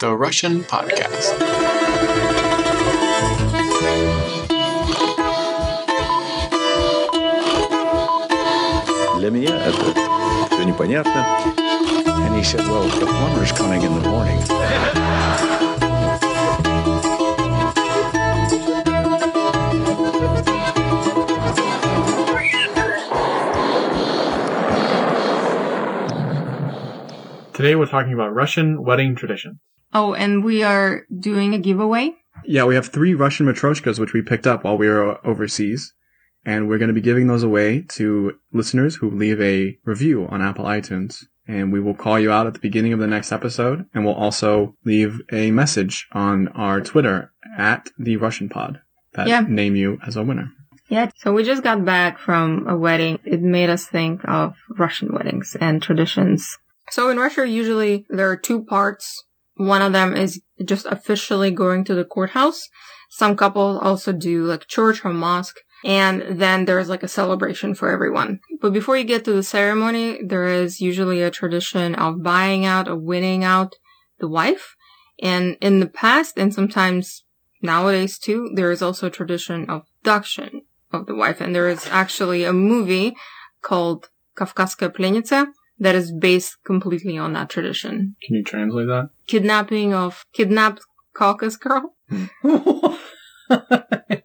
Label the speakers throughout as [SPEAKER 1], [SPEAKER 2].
[SPEAKER 1] the Russian podcast.
[SPEAKER 2] Для меня это все непонятно.
[SPEAKER 3] And he said, Well, the plumber's coming in the morning.
[SPEAKER 4] Today we're talking about Russian wedding traditions.
[SPEAKER 5] Oh, and we are doing a giveaway.
[SPEAKER 4] Yeah, we have three Russian matryoshkas which we picked up while we were overseas, and we're going to be giving those away to listeners who leave a review on Apple iTunes. And we will call you out at the beginning of the next episode, and we'll also leave a message on our Twitter at the Russian Pod that
[SPEAKER 5] Yeah.
[SPEAKER 4] name you as a winner.
[SPEAKER 5] Yeah. So we just got back from a wedding. It made us think of Russian weddings and traditions. So in Russia, usually there are two parts. One of them is just officially going to the courthouse. Some couples also do like church or mosque. And then there's like a celebration for everyone. But before you get to the ceremony, there is usually a tradition of buying out or winning out the wife. And in the past, and sometimes nowadays too, there is also a tradition of duction of the wife. And there is actually a movie called Kafkaskaya Plenitsa that is based completely on that tradition.
[SPEAKER 4] Can you translate that?
[SPEAKER 5] Kidnapping of kidnapped Caucasus girl.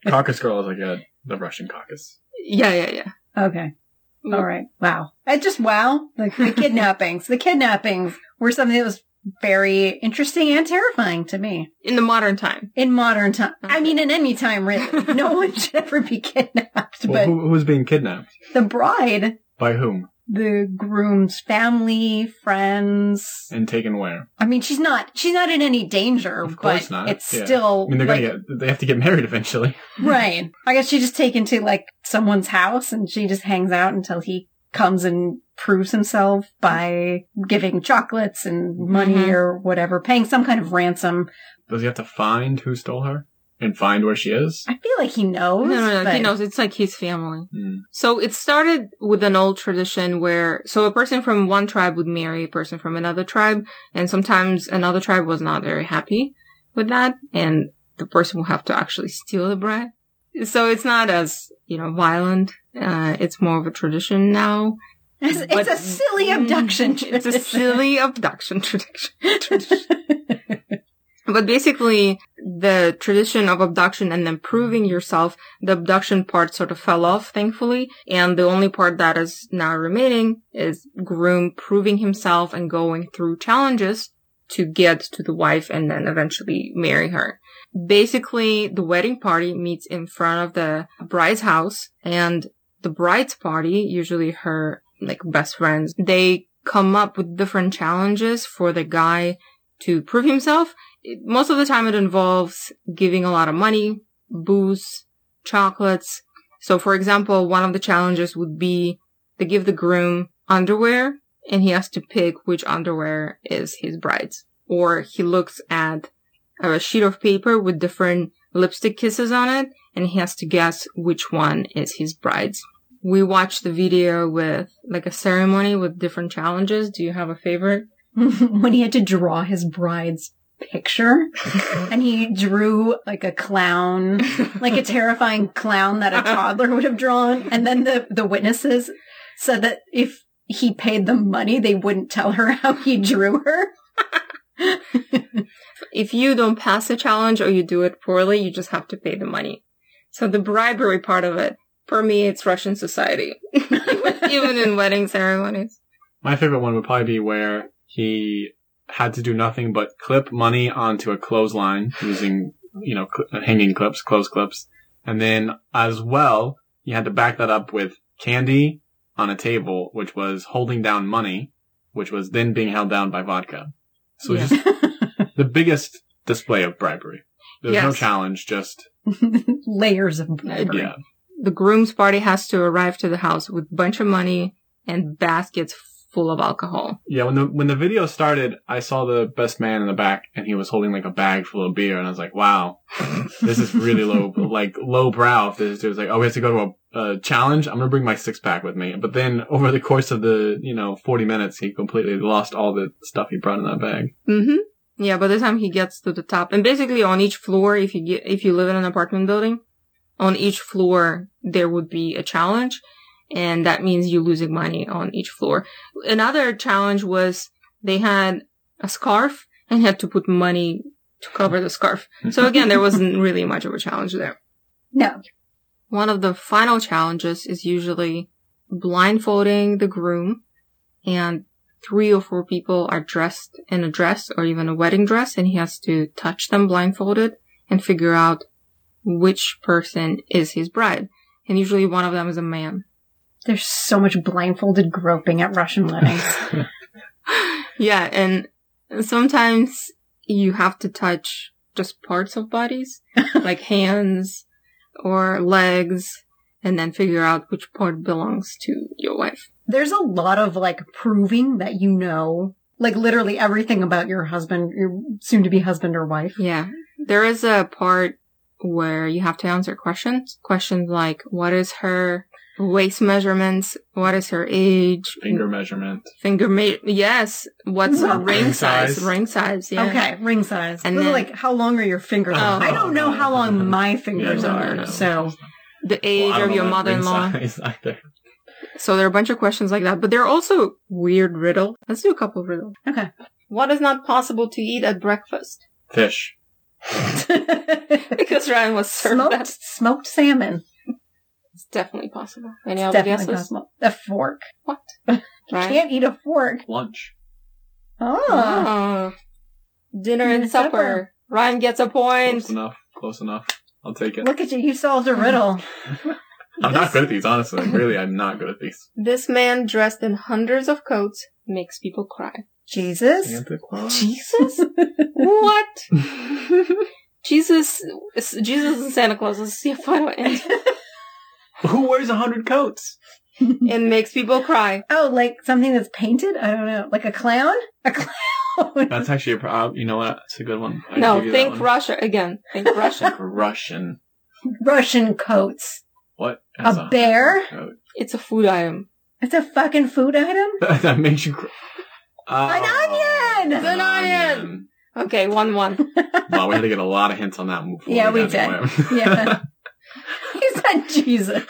[SPEAKER 4] Caucus girl is like a the Russian caucus.
[SPEAKER 5] Yeah, yeah, yeah.
[SPEAKER 6] Okay. All right. Wow. Mm. I just wow. Like the kidnappings. the kidnappings were something that was very interesting and terrifying to me
[SPEAKER 5] In the modern time.
[SPEAKER 6] in modern time. I mean, in any time, really. No one should ever be kidnapped,
[SPEAKER 4] Well,
[SPEAKER 6] but
[SPEAKER 4] who, who's being kidnapped?
[SPEAKER 6] the bride,
[SPEAKER 4] By whom?
[SPEAKER 6] the groom's family, friends.
[SPEAKER 4] And taken where?
[SPEAKER 6] I mean, she's not. She's not in any danger.
[SPEAKER 4] Of course
[SPEAKER 6] but
[SPEAKER 4] not.
[SPEAKER 6] It's
[SPEAKER 4] Yeah.
[SPEAKER 6] still.
[SPEAKER 4] I mean, they're
[SPEAKER 6] like,
[SPEAKER 4] gonna get, they have to get married eventually.
[SPEAKER 6] Right. I guess she just taken to like someone's house and she just hangs out until he comes and proves himself by giving chocolates and money
[SPEAKER 5] Mhm.
[SPEAKER 6] or whatever, paying some kind of ransom.
[SPEAKER 4] Does he have to find who stole her and find where she is?
[SPEAKER 6] I feel like he
[SPEAKER 5] No,
[SPEAKER 6] knows.
[SPEAKER 5] no, no. He
[SPEAKER 6] but-
[SPEAKER 5] knows it's like his family.
[SPEAKER 4] Mm.
[SPEAKER 5] So it started with an old tradition where, so a person from one tribe would marry a person from another tribe, and sometimes another tribe was not very happy with that, and the person will have to actually steal the bride. So it's not as, you know, violent. Uh, it's more of a tradition now.
[SPEAKER 6] It's, it's
[SPEAKER 5] But- mm,
[SPEAKER 6] a silly abduction.
[SPEAKER 5] it's a silly abduction tradition. But basically, the tradition of abduction and then proving yourself, the abduction part sort of fell off, thankfully. And the only part that is now remaining is groom proving himself and going through challenges to get to the wife and then eventually marry her. Basically, the wedding party meets in front of the bride's house and the bride's party, usually her like best friends, they come up with different challenges for the guy to prove himself. It- most of the time it involves giving a lot of money, booze, chocolates. So for example, one of the challenges would be to give the groom underwear and he has to pick which underwear is his bride's. Or he looks at a sheet of paper with different lipstick kisses on it and he has to guess which one is his bride's. We watched the video with like a ceremony with different challenges. Do you have a favorite?
[SPEAKER 6] when he had to draw his bride's picture and he drew like a clown like a terrifying clown that a toddler would have drawn and then the the witnesses said that if he paid them money they wouldn't tell her how he drew her
[SPEAKER 5] if you don't pass the challenge or you do it poorly, you just have to pay the money. So the bribery part of it permeates Russian society, even in wedding ceremonies.
[SPEAKER 4] My favorite one would probably be where he had to do nothing but clip money onto a clothesline using, you know, cl- hanging clips, clothes clips. And then as well, you had to back that up with candy on a table, which was holding down money, which was then being held down by vodka. So it was just the biggest display of bribery. There was no
[SPEAKER 5] Yes.
[SPEAKER 4] challenge, just,
[SPEAKER 6] layers of
[SPEAKER 4] yeah.
[SPEAKER 5] The groom's party has to arrive to the house with bunch of money and baskets full of alcohol.
[SPEAKER 4] Yeah, when the when the video started, I saw the best man in the back, and he was holding like a bag full of beer, and I was like, "Wow, this is really low, like low brow." If this dude's like, "Oh, we have to go to a, a challenge. I'm gonna bring my six pack with me." But then over the course of the you know 40 minutes, he completely lost all the stuff he brought in that bag.
[SPEAKER 5] hmm Yeah, by the time he gets to the top, and basically on each floor, if you get, if you live in an apartment building, on each floor there would be a challenge, and that means you losing money on each floor. Another challenge was they had a scarf and had to put money to cover the scarf. So again, there wasn't really much of a challenge there.
[SPEAKER 6] No.
[SPEAKER 5] One of the final challenges is usually blindfolding the groom and three or four people are dressed in a dress or even a wedding dress and he has to touch them blindfolded and figure out which person is his bride. And usually one of them is a man.
[SPEAKER 6] There's so much blindfolded groping at Russian weddings.
[SPEAKER 5] yeah, and sometimes you have to touch just parts of bodies, like hands or legs, and then figure out which part belongs to your wife.
[SPEAKER 6] There's a lot of like proving that you know, like literally everything about your husband, your soon to be husband or wife.
[SPEAKER 5] Yeah. There is a part where you have to answer questions. Questions like, what is her waist measurements? What is her age?
[SPEAKER 4] Finger measurement.
[SPEAKER 5] Finger ma- yes. What's her
[SPEAKER 6] Wow.
[SPEAKER 5] ring
[SPEAKER 4] Ring
[SPEAKER 5] size?
[SPEAKER 4] size.
[SPEAKER 5] Ring size, yeah.
[SPEAKER 6] Okay, ring size.
[SPEAKER 5] And
[SPEAKER 6] And then,
[SPEAKER 5] then-
[SPEAKER 6] like, how long are your fingers?
[SPEAKER 5] Oh. Mm-hmm.
[SPEAKER 6] I don't know how long my fingers
[SPEAKER 5] no, no,
[SPEAKER 6] are.
[SPEAKER 5] no.
[SPEAKER 6] So
[SPEAKER 5] The age
[SPEAKER 4] Well, I don't
[SPEAKER 5] of your
[SPEAKER 4] know about ring
[SPEAKER 5] mother-in-law.
[SPEAKER 4] size either.
[SPEAKER 5] So there are a bunch of questions like that, but there are also weird riddle. Let's do a couple of riddles.
[SPEAKER 6] Okay.
[SPEAKER 5] What is not possible to eat at breakfast?
[SPEAKER 4] Fish.
[SPEAKER 5] Because Ryan was served
[SPEAKER 6] smoked
[SPEAKER 5] that.
[SPEAKER 6] smoked salmon.
[SPEAKER 5] It's definitely possible. Any
[SPEAKER 6] It's
[SPEAKER 5] other
[SPEAKER 6] definitely
[SPEAKER 5] guesses?
[SPEAKER 6] possible. A fork.
[SPEAKER 5] What?
[SPEAKER 6] You
[SPEAKER 5] Right.
[SPEAKER 6] Can't eat a fork.
[SPEAKER 4] Lunch.
[SPEAKER 6] Oh.
[SPEAKER 5] Ah. Dinner and supper. Ryan gets a point.
[SPEAKER 4] Close enough. Close enough. I'll take it.
[SPEAKER 6] Look at you. You solved a riddle.
[SPEAKER 4] I'm not good at these, honestly. Really, I'm not good at these.
[SPEAKER 5] This man dressed in hundreds of coats makes people cry.
[SPEAKER 6] Jesus.
[SPEAKER 4] Santa Claus.
[SPEAKER 5] Jesus? what? Jesus, Jesus and Santa Claus is your final answer.
[SPEAKER 4] Who wears a hundred coats?
[SPEAKER 5] and makes people cry.
[SPEAKER 6] Oh, like something that's painted? I don't know. Like a clown? A clown.
[SPEAKER 4] That's actually a problem. You know what? It's a good one. I
[SPEAKER 5] no,
[SPEAKER 4] give you that
[SPEAKER 5] think
[SPEAKER 4] one.
[SPEAKER 5] Russia again. Think Russia.
[SPEAKER 4] Think Russian.
[SPEAKER 6] Russian coats.
[SPEAKER 4] What?
[SPEAKER 6] A
[SPEAKER 4] Has
[SPEAKER 6] bear?
[SPEAKER 4] coat?
[SPEAKER 5] It's a food item.
[SPEAKER 6] It's a fucking food item?
[SPEAKER 4] that makes you. Cr- Oh,
[SPEAKER 6] An onion!
[SPEAKER 5] It's an onion! Okay, one one.
[SPEAKER 4] Wow, we had to get a lot of hints on that move.
[SPEAKER 6] Yeah, we
[SPEAKER 4] did.
[SPEAKER 6] Yeah. he said Jesus.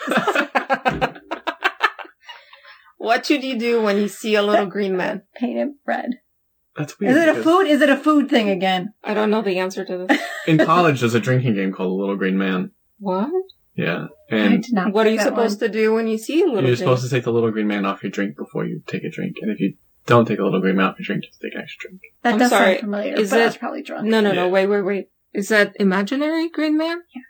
[SPEAKER 5] What should you do when you see a little green man?
[SPEAKER 6] Painted bread.
[SPEAKER 4] That's weird.
[SPEAKER 6] Is it a
[SPEAKER 4] because
[SPEAKER 6] food? Is it a food thing again?
[SPEAKER 5] I don't know the answer to this.
[SPEAKER 4] In college, there's a drinking game called The Little Green Man.
[SPEAKER 5] What?
[SPEAKER 4] Yeah.
[SPEAKER 6] I
[SPEAKER 4] And
[SPEAKER 6] did not.
[SPEAKER 5] What are
[SPEAKER 6] pick
[SPEAKER 5] you
[SPEAKER 6] that
[SPEAKER 5] supposed to do when you see a little?
[SPEAKER 4] you're
[SPEAKER 5] green?
[SPEAKER 4] supposed to take the Little Green Man off your drink before you take a drink. And if you don't take a Little Green Man off your drink, just take an extra drink.
[SPEAKER 6] That
[SPEAKER 5] I'm
[SPEAKER 6] does
[SPEAKER 5] sorry.
[SPEAKER 6] sound familiar.
[SPEAKER 5] Is
[SPEAKER 6] but I
[SPEAKER 5] it-
[SPEAKER 6] was probably drunk.
[SPEAKER 5] No, no, no.
[SPEAKER 4] Yeah.
[SPEAKER 5] Wait, wait, wait. Is that imaginary green man?
[SPEAKER 4] Yeah.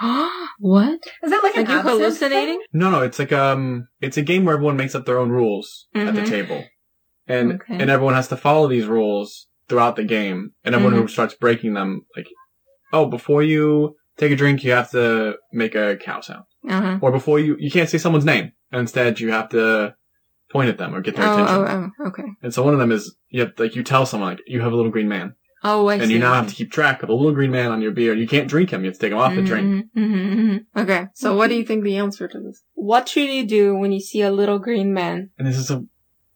[SPEAKER 5] what?
[SPEAKER 6] Is that like
[SPEAKER 5] Are
[SPEAKER 6] an
[SPEAKER 5] you
[SPEAKER 6] absinthe
[SPEAKER 5] hallucinating?
[SPEAKER 4] No, no, it's like, um, it's a game where everyone makes up their own rules at the
[SPEAKER 5] Mhm.
[SPEAKER 4] table. And,
[SPEAKER 5] Okay.
[SPEAKER 4] and everyone has to follow these rules throughout the game. And everyone
[SPEAKER 5] Mm-hmm.
[SPEAKER 4] who starts breaking them, like, oh, before you take a drink, you have to make a cow sound.
[SPEAKER 5] Uh huh.
[SPEAKER 4] or before you you can't say someone's name. Instead, you have to point at them or get their attention.
[SPEAKER 5] Oh, oh, oh, okay.
[SPEAKER 4] And so one of them is you have, like you tell someone like you have a little green man,
[SPEAKER 5] Oh, I see.
[SPEAKER 4] and you now have to keep track of the little green man on your beer. You can't drink him; you have to take him off the drink.
[SPEAKER 5] Mhm, mhm, mhm. Okay. So, what do you think the answer to this? What should you do when you see a little green man?
[SPEAKER 4] And this is a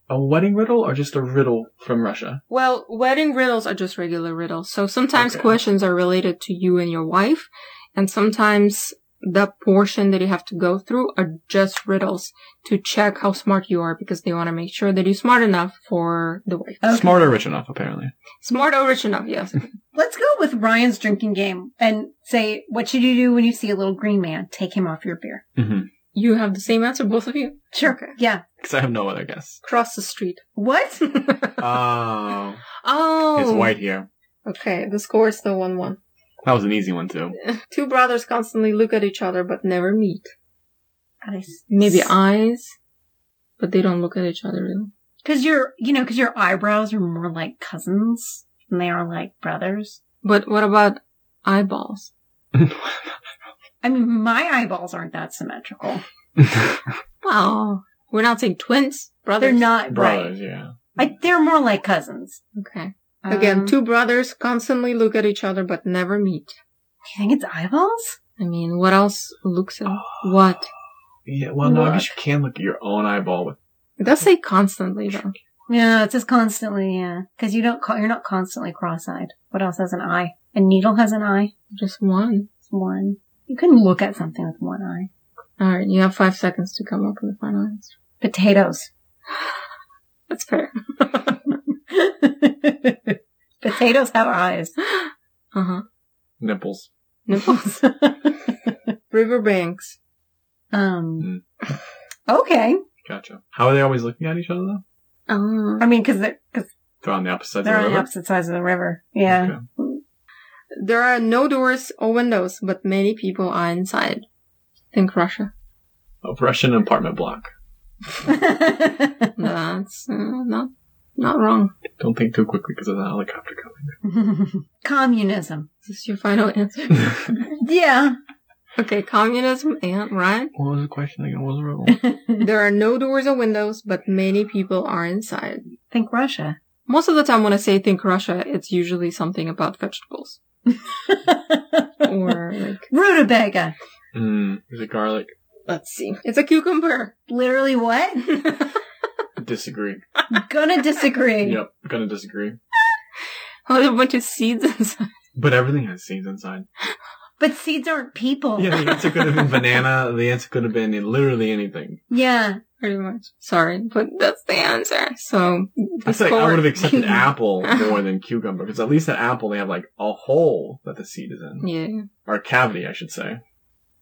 [SPEAKER 4] a wedding riddle or just a riddle from Russia?
[SPEAKER 5] Well, wedding riddles are just regular riddles. So sometimes
[SPEAKER 4] Okay.
[SPEAKER 5] questions are related to you and your wife, and sometimes the portion that you have to go through are just riddles to check how smart you are because they want to make sure that you're smart enough for the wife.
[SPEAKER 6] Okay.
[SPEAKER 4] Smart or rich enough, apparently.
[SPEAKER 5] Smart or rich enough, yes.
[SPEAKER 6] Let's go with Ryan's drinking game and say, what should you do when you see a little green man? Take him off your beer.
[SPEAKER 4] Mm-hmm.
[SPEAKER 5] you have the same answer, both of you?
[SPEAKER 6] Sure.
[SPEAKER 5] Okay.
[SPEAKER 6] Yeah.
[SPEAKER 4] Because I have no other guess.
[SPEAKER 5] Cross the street.
[SPEAKER 6] What?
[SPEAKER 4] Oh,
[SPEAKER 5] Oh.
[SPEAKER 4] it's white here.
[SPEAKER 5] Okay, the score is still 1 1.
[SPEAKER 4] That was an easy one too.
[SPEAKER 5] Two brothers constantly look at each other but never meet.
[SPEAKER 6] Because
[SPEAKER 5] Maybe eyes, but they don't look at each other really.
[SPEAKER 6] your, you know, because your eyebrows are more like cousins and they are like brothers.
[SPEAKER 5] But what about eyeballs?
[SPEAKER 6] I mean, my eyeballs aren't that symmetrical.
[SPEAKER 5] Wow. We're not saying twins, brothers.
[SPEAKER 6] They're not right.
[SPEAKER 4] Brothers, yeah.
[SPEAKER 6] I, they're more like cousins.
[SPEAKER 5] Okay. Again,
[SPEAKER 6] Um,
[SPEAKER 5] two brothers constantly look at each other but never meet.
[SPEAKER 6] You think it's eyeballs?
[SPEAKER 5] I mean, what else looks at what?
[SPEAKER 4] Yeah, well, no, I guess you can look at your own eyeball with
[SPEAKER 5] It does say constantly though.
[SPEAKER 6] Yeah, it says constantly, yeah. Cause you don't, co- you're not constantly cross-eyed. What else has an eye? A needle has an eye.
[SPEAKER 5] Just one.
[SPEAKER 6] It's one. You can look at something with one eye.
[SPEAKER 5] All right, you have five seconds to come up with the final answer.
[SPEAKER 6] Potatoes.
[SPEAKER 5] That's fair.
[SPEAKER 6] Potatoes have eyes.
[SPEAKER 5] Uh huh.
[SPEAKER 4] Nipples.
[SPEAKER 5] Nipples. Riverbanks.
[SPEAKER 4] Mm.
[SPEAKER 6] Um. Okay.
[SPEAKER 4] Gotcha. How are they always looking at each other though?
[SPEAKER 5] Oh.
[SPEAKER 6] I mean, cause they're, cause
[SPEAKER 4] They're on the opposite sides
[SPEAKER 6] they're
[SPEAKER 4] of the
[SPEAKER 6] on the
[SPEAKER 4] river.
[SPEAKER 6] opposite sides of the river. Yeah.
[SPEAKER 4] Okay.
[SPEAKER 5] There are no doors or windows, but many people are inside. Think Russia.
[SPEAKER 4] A Oh, Russian apartment block.
[SPEAKER 5] That's uh, not not wrong.
[SPEAKER 4] Don't think too quickly because of the helicopter
[SPEAKER 6] Communism.
[SPEAKER 5] Is this your final answer?
[SPEAKER 4] coming.
[SPEAKER 6] Yeah.
[SPEAKER 5] Okay, communism and Ryan.
[SPEAKER 4] what was the question again? What was the river?
[SPEAKER 5] There are no doors or windows, but many people are inside.
[SPEAKER 6] Think Russia.
[SPEAKER 5] Most of the time when I say think Russia, it's usually something about vegetables. Or like,
[SPEAKER 6] Rutabaga.
[SPEAKER 4] mm, is it garlic?
[SPEAKER 5] let's see. It's a cucumber.
[SPEAKER 6] Literally what?
[SPEAKER 4] Disagree.
[SPEAKER 6] Gonna disagree.
[SPEAKER 4] Yep, gonna disagree.
[SPEAKER 5] Oh, a bunch of seeds inside.
[SPEAKER 4] But everything has seeds inside.
[SPEAKER 6] But seeds aren't people.
[SPEAKER 4] Yeah, the answer could have been banana. The answer could have been literally anything.
[SPEAKER 6] Yeah.
[SPEAKER 5] Pretty much. Sorry, but that's the answer. So,
[SPEAKER 4] I feel like I
[SPEAKER 5] score-
[SPEAKER 4] would have accepted
[SPEAKER 5] Cucumber.
[SPEAKER 4] apple more than cucumber because at least at apple they have like a hole that the seed is in
[SPEAKER 5] yeah.
[SPEAKER 4] or a cavity, I should say.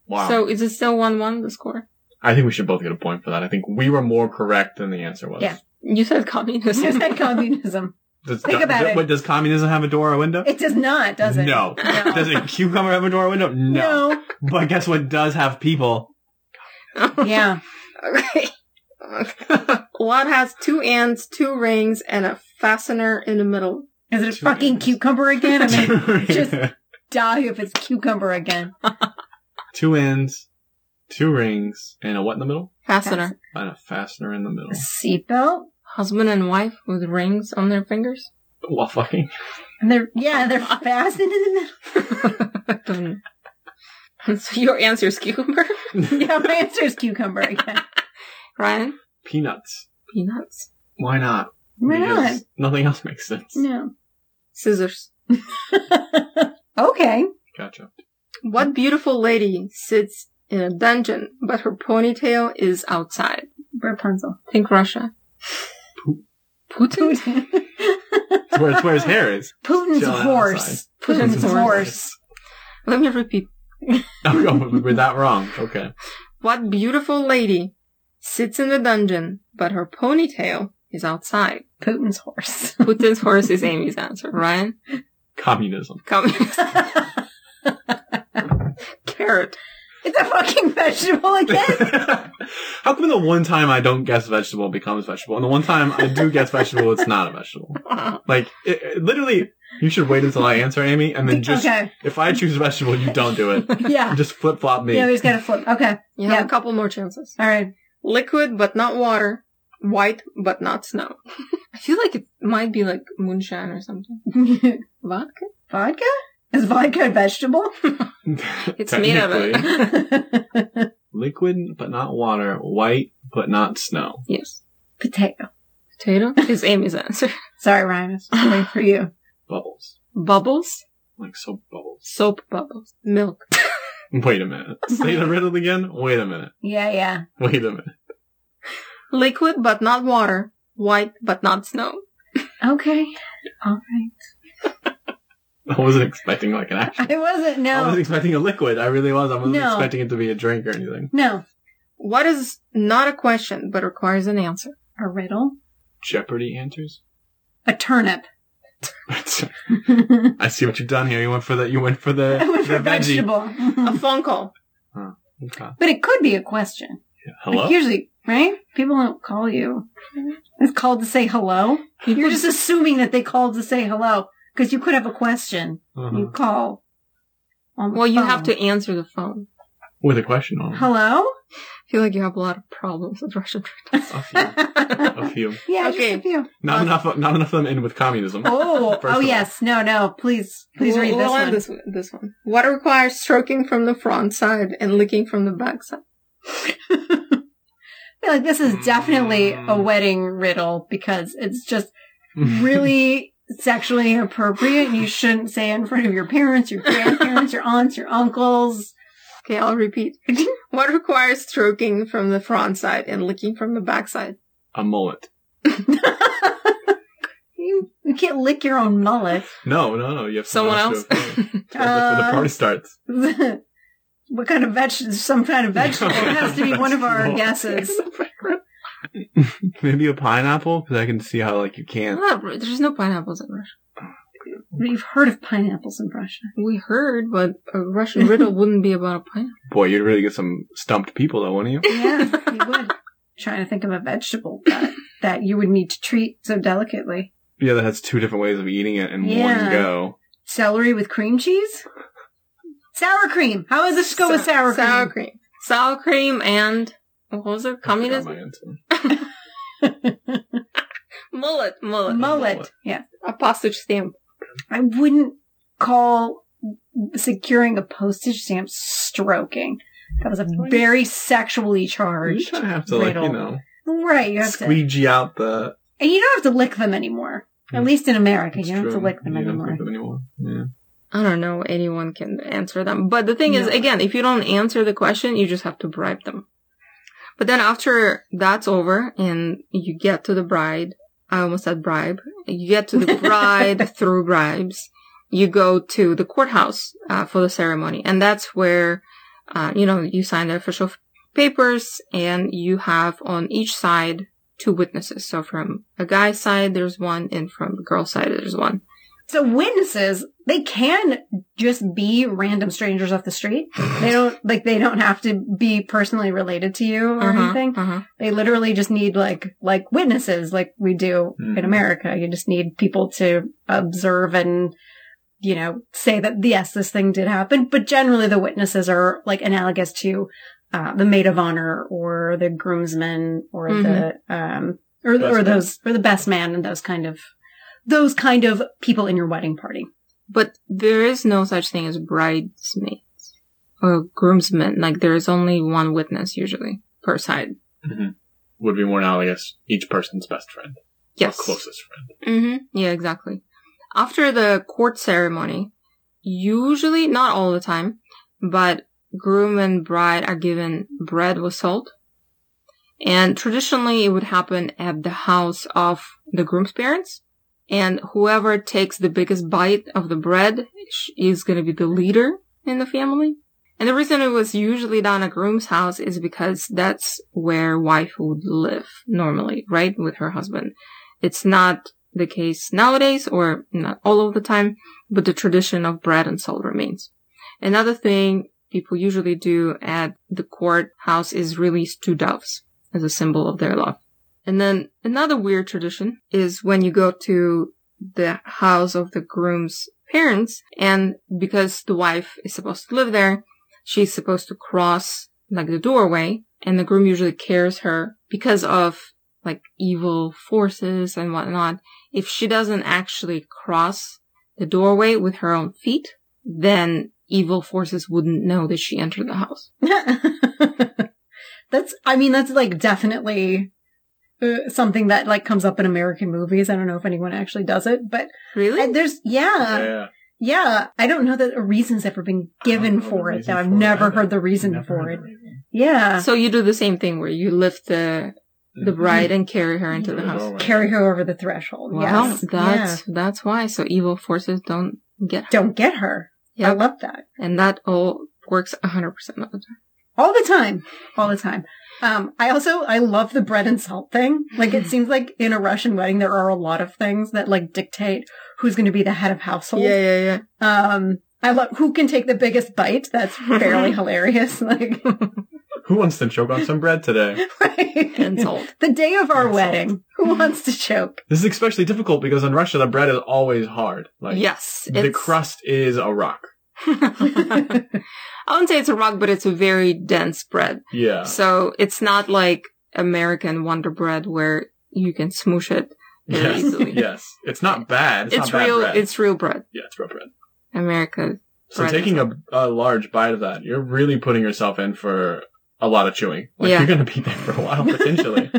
[SPEAKER 4] Wow.
[SPEAKER 5] So is it still 1-1, the score?
[SPEAKER 4] I think we should both get a point for that. I think we were more correct than the answer was.
[SPEAKER 6] Yeah.
[SPEAKER 5] You said communism.
[SPEAKER 6] Is that communism?
[SPEAKER 4] Does,
[SPEAKER 6] Think
[SPEAKER 4] do-
[SPEAKER 6] about
[SPEAKER 4] do-
[SPEAKER 6] it.
[SPEAKER 4] What, does communism have a door or window?
[SPEAKER 6] It does not, does it?
[SPEAKER 4] No. Does a cucumber have a door or window? No.
[SPEAKER 6] No.
[SPEAKER 4] But guess what does have people?
[SPEAKER 6] yeah.
[SPEAKER 5] Okay. What has two ends, two rings, and a fastener in the middle?
[SPEAKER 6] Is it a
[SPEAKER 4] Two
[SPEAKER 6] fucking
[SPEAKER 4] ends.
[SPEAKER 6] cucumber again? I'm gonna just-
[SPEAKER 4] Just-
[SPEAKER 6] die if it's cucumber again.
[SPEAKER 4] two ends, two rings, and a what in the middle?
[SPEAKER 5] Fastener.
[SPEAKER 4] And a fastener in the middle.
[SPEAKER 6] Seatbelt?
[SPEAKER 5] Husband and wife with rings on their fingers?
[SPEAKER 4] Well, fucking.
[SPEAKER 6] And they're yeah, they're fastened in the middle.
[SPEAKER 5] I don't know. And so your answer is cucumber,
[SPEAKER 6] Yeah, my answer is cucumber again.
[SPEAKER 5] Ryan?
[SPEAKER 4] Peanuts.
[SPEAKER 5] Peanuts.
[SPEAKER 4] Why not?
[SPEAKER 6] Why not?
[SPEAKER 4] Because Nothing else makes sense.
[SPEAKER 6] No.
[SPEAKER 5] Scissors.
[SPEAKER 6] Okay.
[SPEAKER 4] Gotcha.
[SPEAKER 5] What beautiful lady sits in a dungeon, but her ponytail is outside?
[SPEAKER 6] Rapunzel.
[SPEAKER 5] Think Russia. Putin?
[SPEAKER 6] Putin.
[SPEAKER 4] It's where, it's where his hair is.
[SPEAKER 6] Putin's
[SPEAKER 4] Chilling
[SPEAKER 6] horse.
[SPEAKER 5] outside.
[SPEAKER 6] Putin's horse.
[SPEAKER 5] Let me repeat.
[SPEAKER 4] Oh, no, we're that wrong. Okay.
[SPEAKER 5] What beautiful lady sits in the dungeon, but her ponytail is outside?
[SPEAKER 6] Putin's horse.
[SPEAKER 5] Putin's horse is Amy's answer. Ryan,
[SPEAKER 4] Communism.
[SPEAKER 5] come carrot.
[SPEAKER 6] it's a fucking vegetable again.
[SPEAKER 4] How come the one time I don't guess vegetable becomes vegetable, and the one time I do guess vegetable, it's not a vegetable? Like, it, it- literally, you should wait until I answer, Amy, and then just
[SPEAKER 6] okay.
[SPEAKER 4] if I choose vegetable, you don't do it.
[SPEAKER 6] Yeah.
[SPEAKER 4] Just flip flop me.
[SPEAKER 6] Yeah, we just gotta flip. Okay.
[SPEAKER 5] You have
[SPEAKER 6] Yeah.
[SPEAKER 5] a couple more chances.
[SPEAKER 6] All right.
[SPEAKER 5] Liquid, but not water. White, but not snow. I feel like it might be like moonshine or something. Vodka?
[SPEAKER 6] vodka? Is vodka a vegetable?
[SPEAKER 5] It's made of it.
[SPEAKER 4] Technically, liquid, but not water. White, but not snow.
[SPEAKER 5] Yes.
[SPEAKER 6] Potato.
[SPEAKER 5] Potato is Amy's answer.
[SPEAKER 6] Sorry, Ryan. I was waiting for you.
[SPEAKER 4] Bubbles,
[SPEAKER 5] Bubbles?
[SPEAKER 4] like soap bubbles.
[SPEAKER 5] Soap bubbles. Milk.
[SPEAKER 4] Wait a minute. Say the riddle again. Wait a minute.
[SPEAKER 6] Yeah, yeah.
[SPEAKER 4] Wait a minute.
[SPEAKER 5] Liquid, but not water. White, but not snow.
[SPEAKER 6] Okay. All right.
[SPEAKER 4] I wasn't expecting like an action.
[SPEAKER 6] I wasn't.
[SPEAKER 4] I
[SPEAKER 6] No.
[SPEAKER 4] wasn't expecting a liquid. I really was. I wasn't
[SPEAKER 6] No.
[SPEAKER 4] expecting it to be a drink or anything.
[SPEAKER 6] No.
[SPEAKER 5] What is not a question, but requires an answer?
[SPEAKER 6] A riddle.
[SPEAKER 4] Jeopardy answers.
[SPEAKER 6] A turnip.
[SPEAKER 4] I
[SPEAKER 6] I
[SPEAKER 4] see what you've done here. You went for the you went for the,
[SPEAKER 6] went
[SPEAKER 4] the
[SPEAKER 6] for
[SPEAKER 4] veggie.
[SPEAKER 6] vegetable.
[SPEAKER 5] A phone call.
[SPEAKER 4] Okay.
[SPEAKER 6] but it could be a question.
[SPEAKER 4] Hello.
[SPEAKER 6] Like usually, right? People don't call you. It's called to say hello. You're just assuming that they called to say hello because you could have a question. You
[SPEAKER 4] Uh-huh.
[SPEAKER 6] call. on the
[SPEAKER 5] Well, you have
[SPEAKER 6] phone.
[SPEAKER 5] to answer the phone.
[SPEAKER 4] With a question on. it.
[SPEAKER 6] Hello?
[SPEAKER 5] I feel like you have a lot of problems with Russian.
[SPEAKER 4] A few. A few.
[SPEAKER 6] yeah,
[SPEAKER 5] Okay.
[SPEAKER 6] just a few.
[SPEAKER 4] Not
[SPEAKER 5] Uh,
[SPEAKER 4] enough. Not enough of them end with communism.
[SPEAKER 6] Oh,
[SPEAKER 4] First of
[SPEAKER 6] oh
[SPEAKER 4] all.
[SPEAKER 6] yes. No, no. Please, please
[SPEAKER 5] We'll-
[SPEAKER 6] read
[SPEAKER 5] we'll
[SPEAKER 6] this
[SPEAKER 5] end
[SPEAKER 6] one.
[SPEAKER 5] this one. This one. What requires stroking from the front side and licking from the back side?
[SPEAKER 6] I feel like this is definitely a wedding riddle because it's just really sexually inappropriate. and You shouldn't say in front of your parents, your grandparents, your aunts, your uncles.
[SPEAKER 5] Okay, I'll repeat. what requires stroking from the front side and licking from the back side?
[SPEAKER 4] a mullet.
[SPEAKER 6] You, you can't lick your own mullet.
[SPEAKER 4] No, no, no. You have someone,
[SPEAKER 5] Someone
[SPEAKER 4] else. to- Before
[SPEAKER 6] Uh,
[SPEAKER 4] the party starts.
[SPEAKER 6] what kind of vegetable? Some kind of vegetable. It has to be one of our
[SPEAKER 4] Vegetable.
[SPEAKER 6] guesses.
[SPEAKER 4] Maybe a pineapple, because I can see how like you can't.
[SPEAKER 5] Not re- There's no pineapples in Russia.
[SPEAKER 6] We've heard of pineapples in Russia.
[SPEAKER 5] We heard, but a Russian riddle wouldn't be about a pineapple.
[SPEAKER 4] Boy, you'd really get some stumped people though, wouldn't you?
[SPEAKER 6] Yeah, you would. Trying to think of a vegetable that, that you would need to treat so delicately.
[SPEAKER 4] Yeah, that has two different ways of eating it in
[SPEAKER 6] Yeah.
[SPEAKER 4] one go.
[SPEAKER 6] Celery with cream cheese? Sour cream. How does this go with sour cream?
[SPEAKER 5] Sour cream. Sour cream and what was it?
[SPEAKER 4] I forgot
[SPEAKER 5] Communism?
[SPEAKER 4] my answer.
[SPEAKER 5] Mullet, mullet.
[SPEAKER 6] Mullet.
[SPEAKER 4] Mullet.
[SPEAKER 6] Yeah.
[SPEAKER 5] a postage stamp.
[SPEAKER 6] I wouldn't call securing a postage stamp stroking. That was a very sexually
[SPEAKER 4] You
[SPEAKER 6] charged.
[SPEAKER 4] kind of have to like you
[SPEAKER 6] riddle.
[SPEAKER 4] know
[SPEAKER 6] Right. You have to.
[SPEAKER 4] squeegee out the.
[SPEAKER 6] And you don't have to lick them anymore. At
[SPEAKER 4] Mm.
[SPEAKER 6] least in America, you don't have
[SPEAKER 4] True.
[SPEAKER 6] to lick them
[SPEAKER 4] You don't
[SPEAKER 6] anymore.
[SPEAKER 4] lick them anymore. Yeah.
[SPEAKER 5] I don't know. Anyone can answer them. But the thing is,
[SPEAKER 6] No.
[SPEAKER 5] again, if you don't answer the question, you just have to bribe them. But then after that's over and you get to the bride, I almost said bribe. You get to the bride through bribes. You go to the courthouse uh, for the ceremony. And that's where, uh, you know, you sign the official papers and you have on each side two witnesses. So from a guy's side, there's one and from the girl's side, there's one.
[SPEAKER 6] So witnesses, they can just be random strangers off the street. They don't, like, they don't have to be personally related to you or
[SPEAKER 5] Uh-huh,
[SPEAKER 6] anything.
[SPEAKER 5] uh-huh.
[SPEAKER 6] They literally just need, like, like witnesses, like we do in
[SPEAKER 4] Mhm.
[SPEAKER 6] America. You just need people to observe and, you know, say that, yes, this thing did happen. But generally the witnesses are, like, analogous to, uh, the maid of honor or the groomsman or the, um, or,
[SPEAKER 4] Best
[SPEAKER 6] or
[SPEAKER 4] man.
[SPEAKER 6] those, or the best man and those kind of, those kind of people in your wedding party.
[SPEAKER 5] But there is no such thing as bridesmaids or groomsmen. Like there is only one witness usually per side.
[SPEAKER 4] Mm-hmm. Would be more analogous each person's best friend.
[SPEAKER 5] Yes.
[SPEAKER 4] Or closest friend.
[SPEAKER 5] Mm-hmm. Yeah, exactly. After the court ceremony, usually not all the time, but groom and bride are given bread with salt. And traditionally it would happen at the house of the groom's parents. And whoever takes the biggest bite of the bread sh- is going to be the leader in the family. And the reason it was usually done at groom's house is because that's where wife would live normally, right? With her husband. It's not the case nowadays or not all of the time, but the tradition of bread and salt remains. Another thing people usually do at the courthouse is release two doves as a symbol of their love. And then another weird tradition is when you go to the house of the groom's parents and because the wife is supposed to live there, she's supposed to cross like the doorway and the groom usually carries her because of like evil forces and whatnot if she doesn't actually cross the doorway with her own feet, then evil forces wouldn't know that she entered the house.
[SPEAKER 6] that's i mean that's like definitely uh, something that like comes up in american movies i don't know if anyone actually does it but
[SPEAKER 5] Really?
[SPEAKER 6] and there's yeah, yeah
[SPEAKER 4] yeah.
[SPEAKER 6] i don't know that a reason's ever been given for it though i've never heard the reason for it yeah
[SPEAKER 5] so you do the same thing where you lift the the
[SPEAKER 4] Mm-hmm.
[SPEAKER 5] bride and carry her into the house.
[SPEAKER 6] carry her over the threshold
[SPEAKER 5] Wow,
[SPEAKER 6] yes
[SPEAKER 5] that's
[SPEAKER 6] Yeah.
[SPEAKER 5] that's why. So evil forces don't get her.
[SPEAKER 6] don't get her i
[SPEAKER 5] Yep.
[SPEAKER 6] love that
[SPEAKER 5] And that all works hundred percent of the time.
[SPEAKER 6] all the time all the time um i also i love the bread and salt thing like it seems like in a russian wedding there are a lot of things that like dictate who's going to be the head of household
[SPEAKER 5] yeah, yeah.
[SPEAKER 6] Um, I love who can take the biggest bite. That's fairly hilarious. Like,
[SPEAKER 4] Who wants to choke on some bread today?
[SPEAKER 5] And salt.
[SPEAKER 6] the day of our
[SPEAKER 4] Insult.
[SPEAKER 6] wedding. Who wants to choke?
[SPEAKER 4] This is especially difficult because in Russia the bread is always hard. Like
[SPEAKER 5] yes.
[SPEAKER 4] the
[SPEAKER 5] it's-
[SPEAKER 4] crust is a rock.
[SPEAKER 5] I wouldn't say it's a rock, but it's a very dense bread.
[SPEAKER 4] Yeah.
[SPEAKER 5] So it's not like American Wonder Bread where you can smoosh it very
[SPEAKER 4] yes.
[SPEAKER 5] easily.
[SPEAKER 4] yes. It's not bad. It's,
[SPEAKER 5] It's,
[SPEAKER 4] not
[SPEAKER 5] real.
[SPEAKER 4] Bad bread.
[SPEAKER 5] It's real bread.
[SPEAKER 4] yeah, it's real bread.
[SPEAKER 5] America.
[SPEAKER 4] So
[SPEAKER 5] Bread
[SPEAKER 4] taking a, a large bite of that, you're really putting yourself in for a lot of chewing. Like
[SPEAKER 5] Yeah.
[SPEAKER 4] you're gonna be there for a while potentially.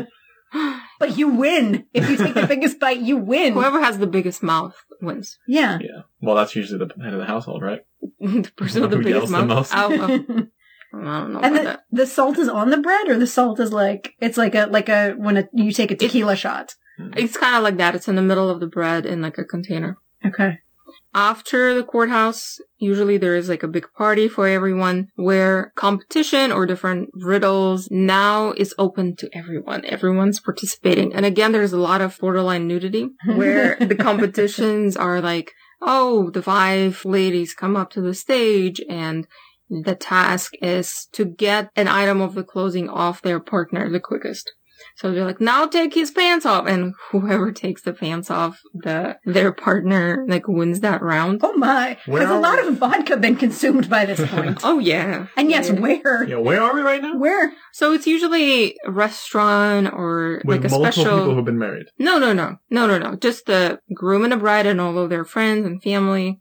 [SPEAKER 6] But you win. If you take the biggest bite, you win.
[SPEAKER 5] Whoever has the biggest mouth wins.
[SPEAKER 6] yeah.
[SPEAKER 4] well, that's usually the head of the household, right?
[SPEAKER 5] the person with the
[SPEAKER 4] Who yells
[SPEAKER 5] biggest
[SPEAKER 4] the
[SPEAKER 5] mouth.
[SPEAKER 4] most?
[SPEAKER 5] Ow, ow.
[SPEAKER 6] and
[SPEAKER 5] I don't know about
[SPEAKER 6] the,
[SPEAKER 5] that.
[SPEAKER 6] the salt is on the bread or the salt is like, it's like a, like a, when a, you take a tequila shot.
[SPEAKER 5] It's kind of like that. It's in the middle of the bread in like a container.
[SPEAKER 6] Okay.
[SPEAKER 5] After the courthouse, usually there is like a big party for everyone where competition or different riddles now is open to everyone. Everyone's participating. And again, there's a lot of borderline nudity where the competitions are like, oh, the five ladies come up to the stage and the task is to get an item of the clothing off their partner the quickest. So they're like, now take his pants off. And whoever takes the pants off the, their partner, like wins that round.
[SPEAKER 6] Oh my.
[SPEAKER 4] Where
[SPEAKER 6] Has a
[SPEAKER 4] are
[SPEAKER 6] lot
[SPEAKER 4] we?
[SPEAKER 6] of vodka been consumed by this point?
[SPEAKER 5] Oh yeah.
[SPEAKER 6] and yes,
[SPEAKER 5] Yeah.
[SPEAKER 6] where?
[SPEAKER 4] Yeah, where are we right now?
[SPEAKER 6] Where?
[SPEAKER 5] So it's usually a restaurant or
[SPEAKER 4] With
[SPEAKER 5] like a
[SPEAKER 4] multiple people
[SPEAKER 5] special.
[SPEAKER 4] who've been married.
[SPEAKER 5] no, no, no, no, no, no. Just the groom and the bride and all of their friends and family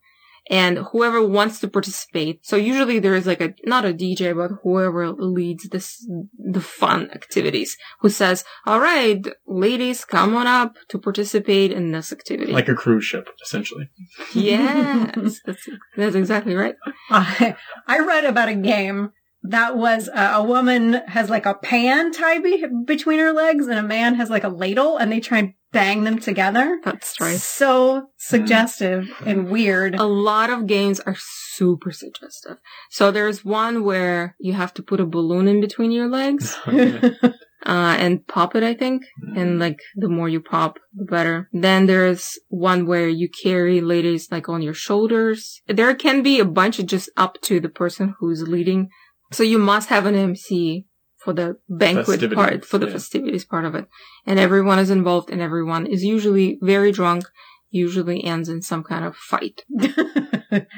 [SPEAKER 5] and whoever wants to participate. So usually there is like a, not a DJ, but whoever leads this, the fun activities who says, all right, ladies, come on up to participate in this activity.
[SPEAKER 4] Like a cruise ship, essentially.
[SPEAKER 5] yes, that's, that's exactly right.
[SPEAKER 6] I, uh, I read about a game that was uh, a woman has like a pan tied be- between her legs and a man has like a ladle and they try and bang them together.
[SPEAKER 5] That's right.
[SPEAKER 6] So suggestive and weird.
[SPEAKER 5] A lot of games are super suggestive. So there's one where you have to put a balloon in between your legs
[SPEAKER 4] Okay.
[SPEAKER 5] uh, and pop it, I think.
[SPEAKER 4] Mm.
[SPEAKER 5] And like the more you pop, the better. Then there's one where you carry ladies like on your shoulders. There can be a bunch of just up to the person who's leading. So you must have an MC for the banquet
[SPEAKER 4] Festivities,
[SPEAKER 5] part, for the
[SPEAKER 4] yeah.
[SPEAKER 5] festivities part of it. And everyone is involved and everyone is usually very drunk, usually ends in some kind of fight.
[SPEAKER 6] Is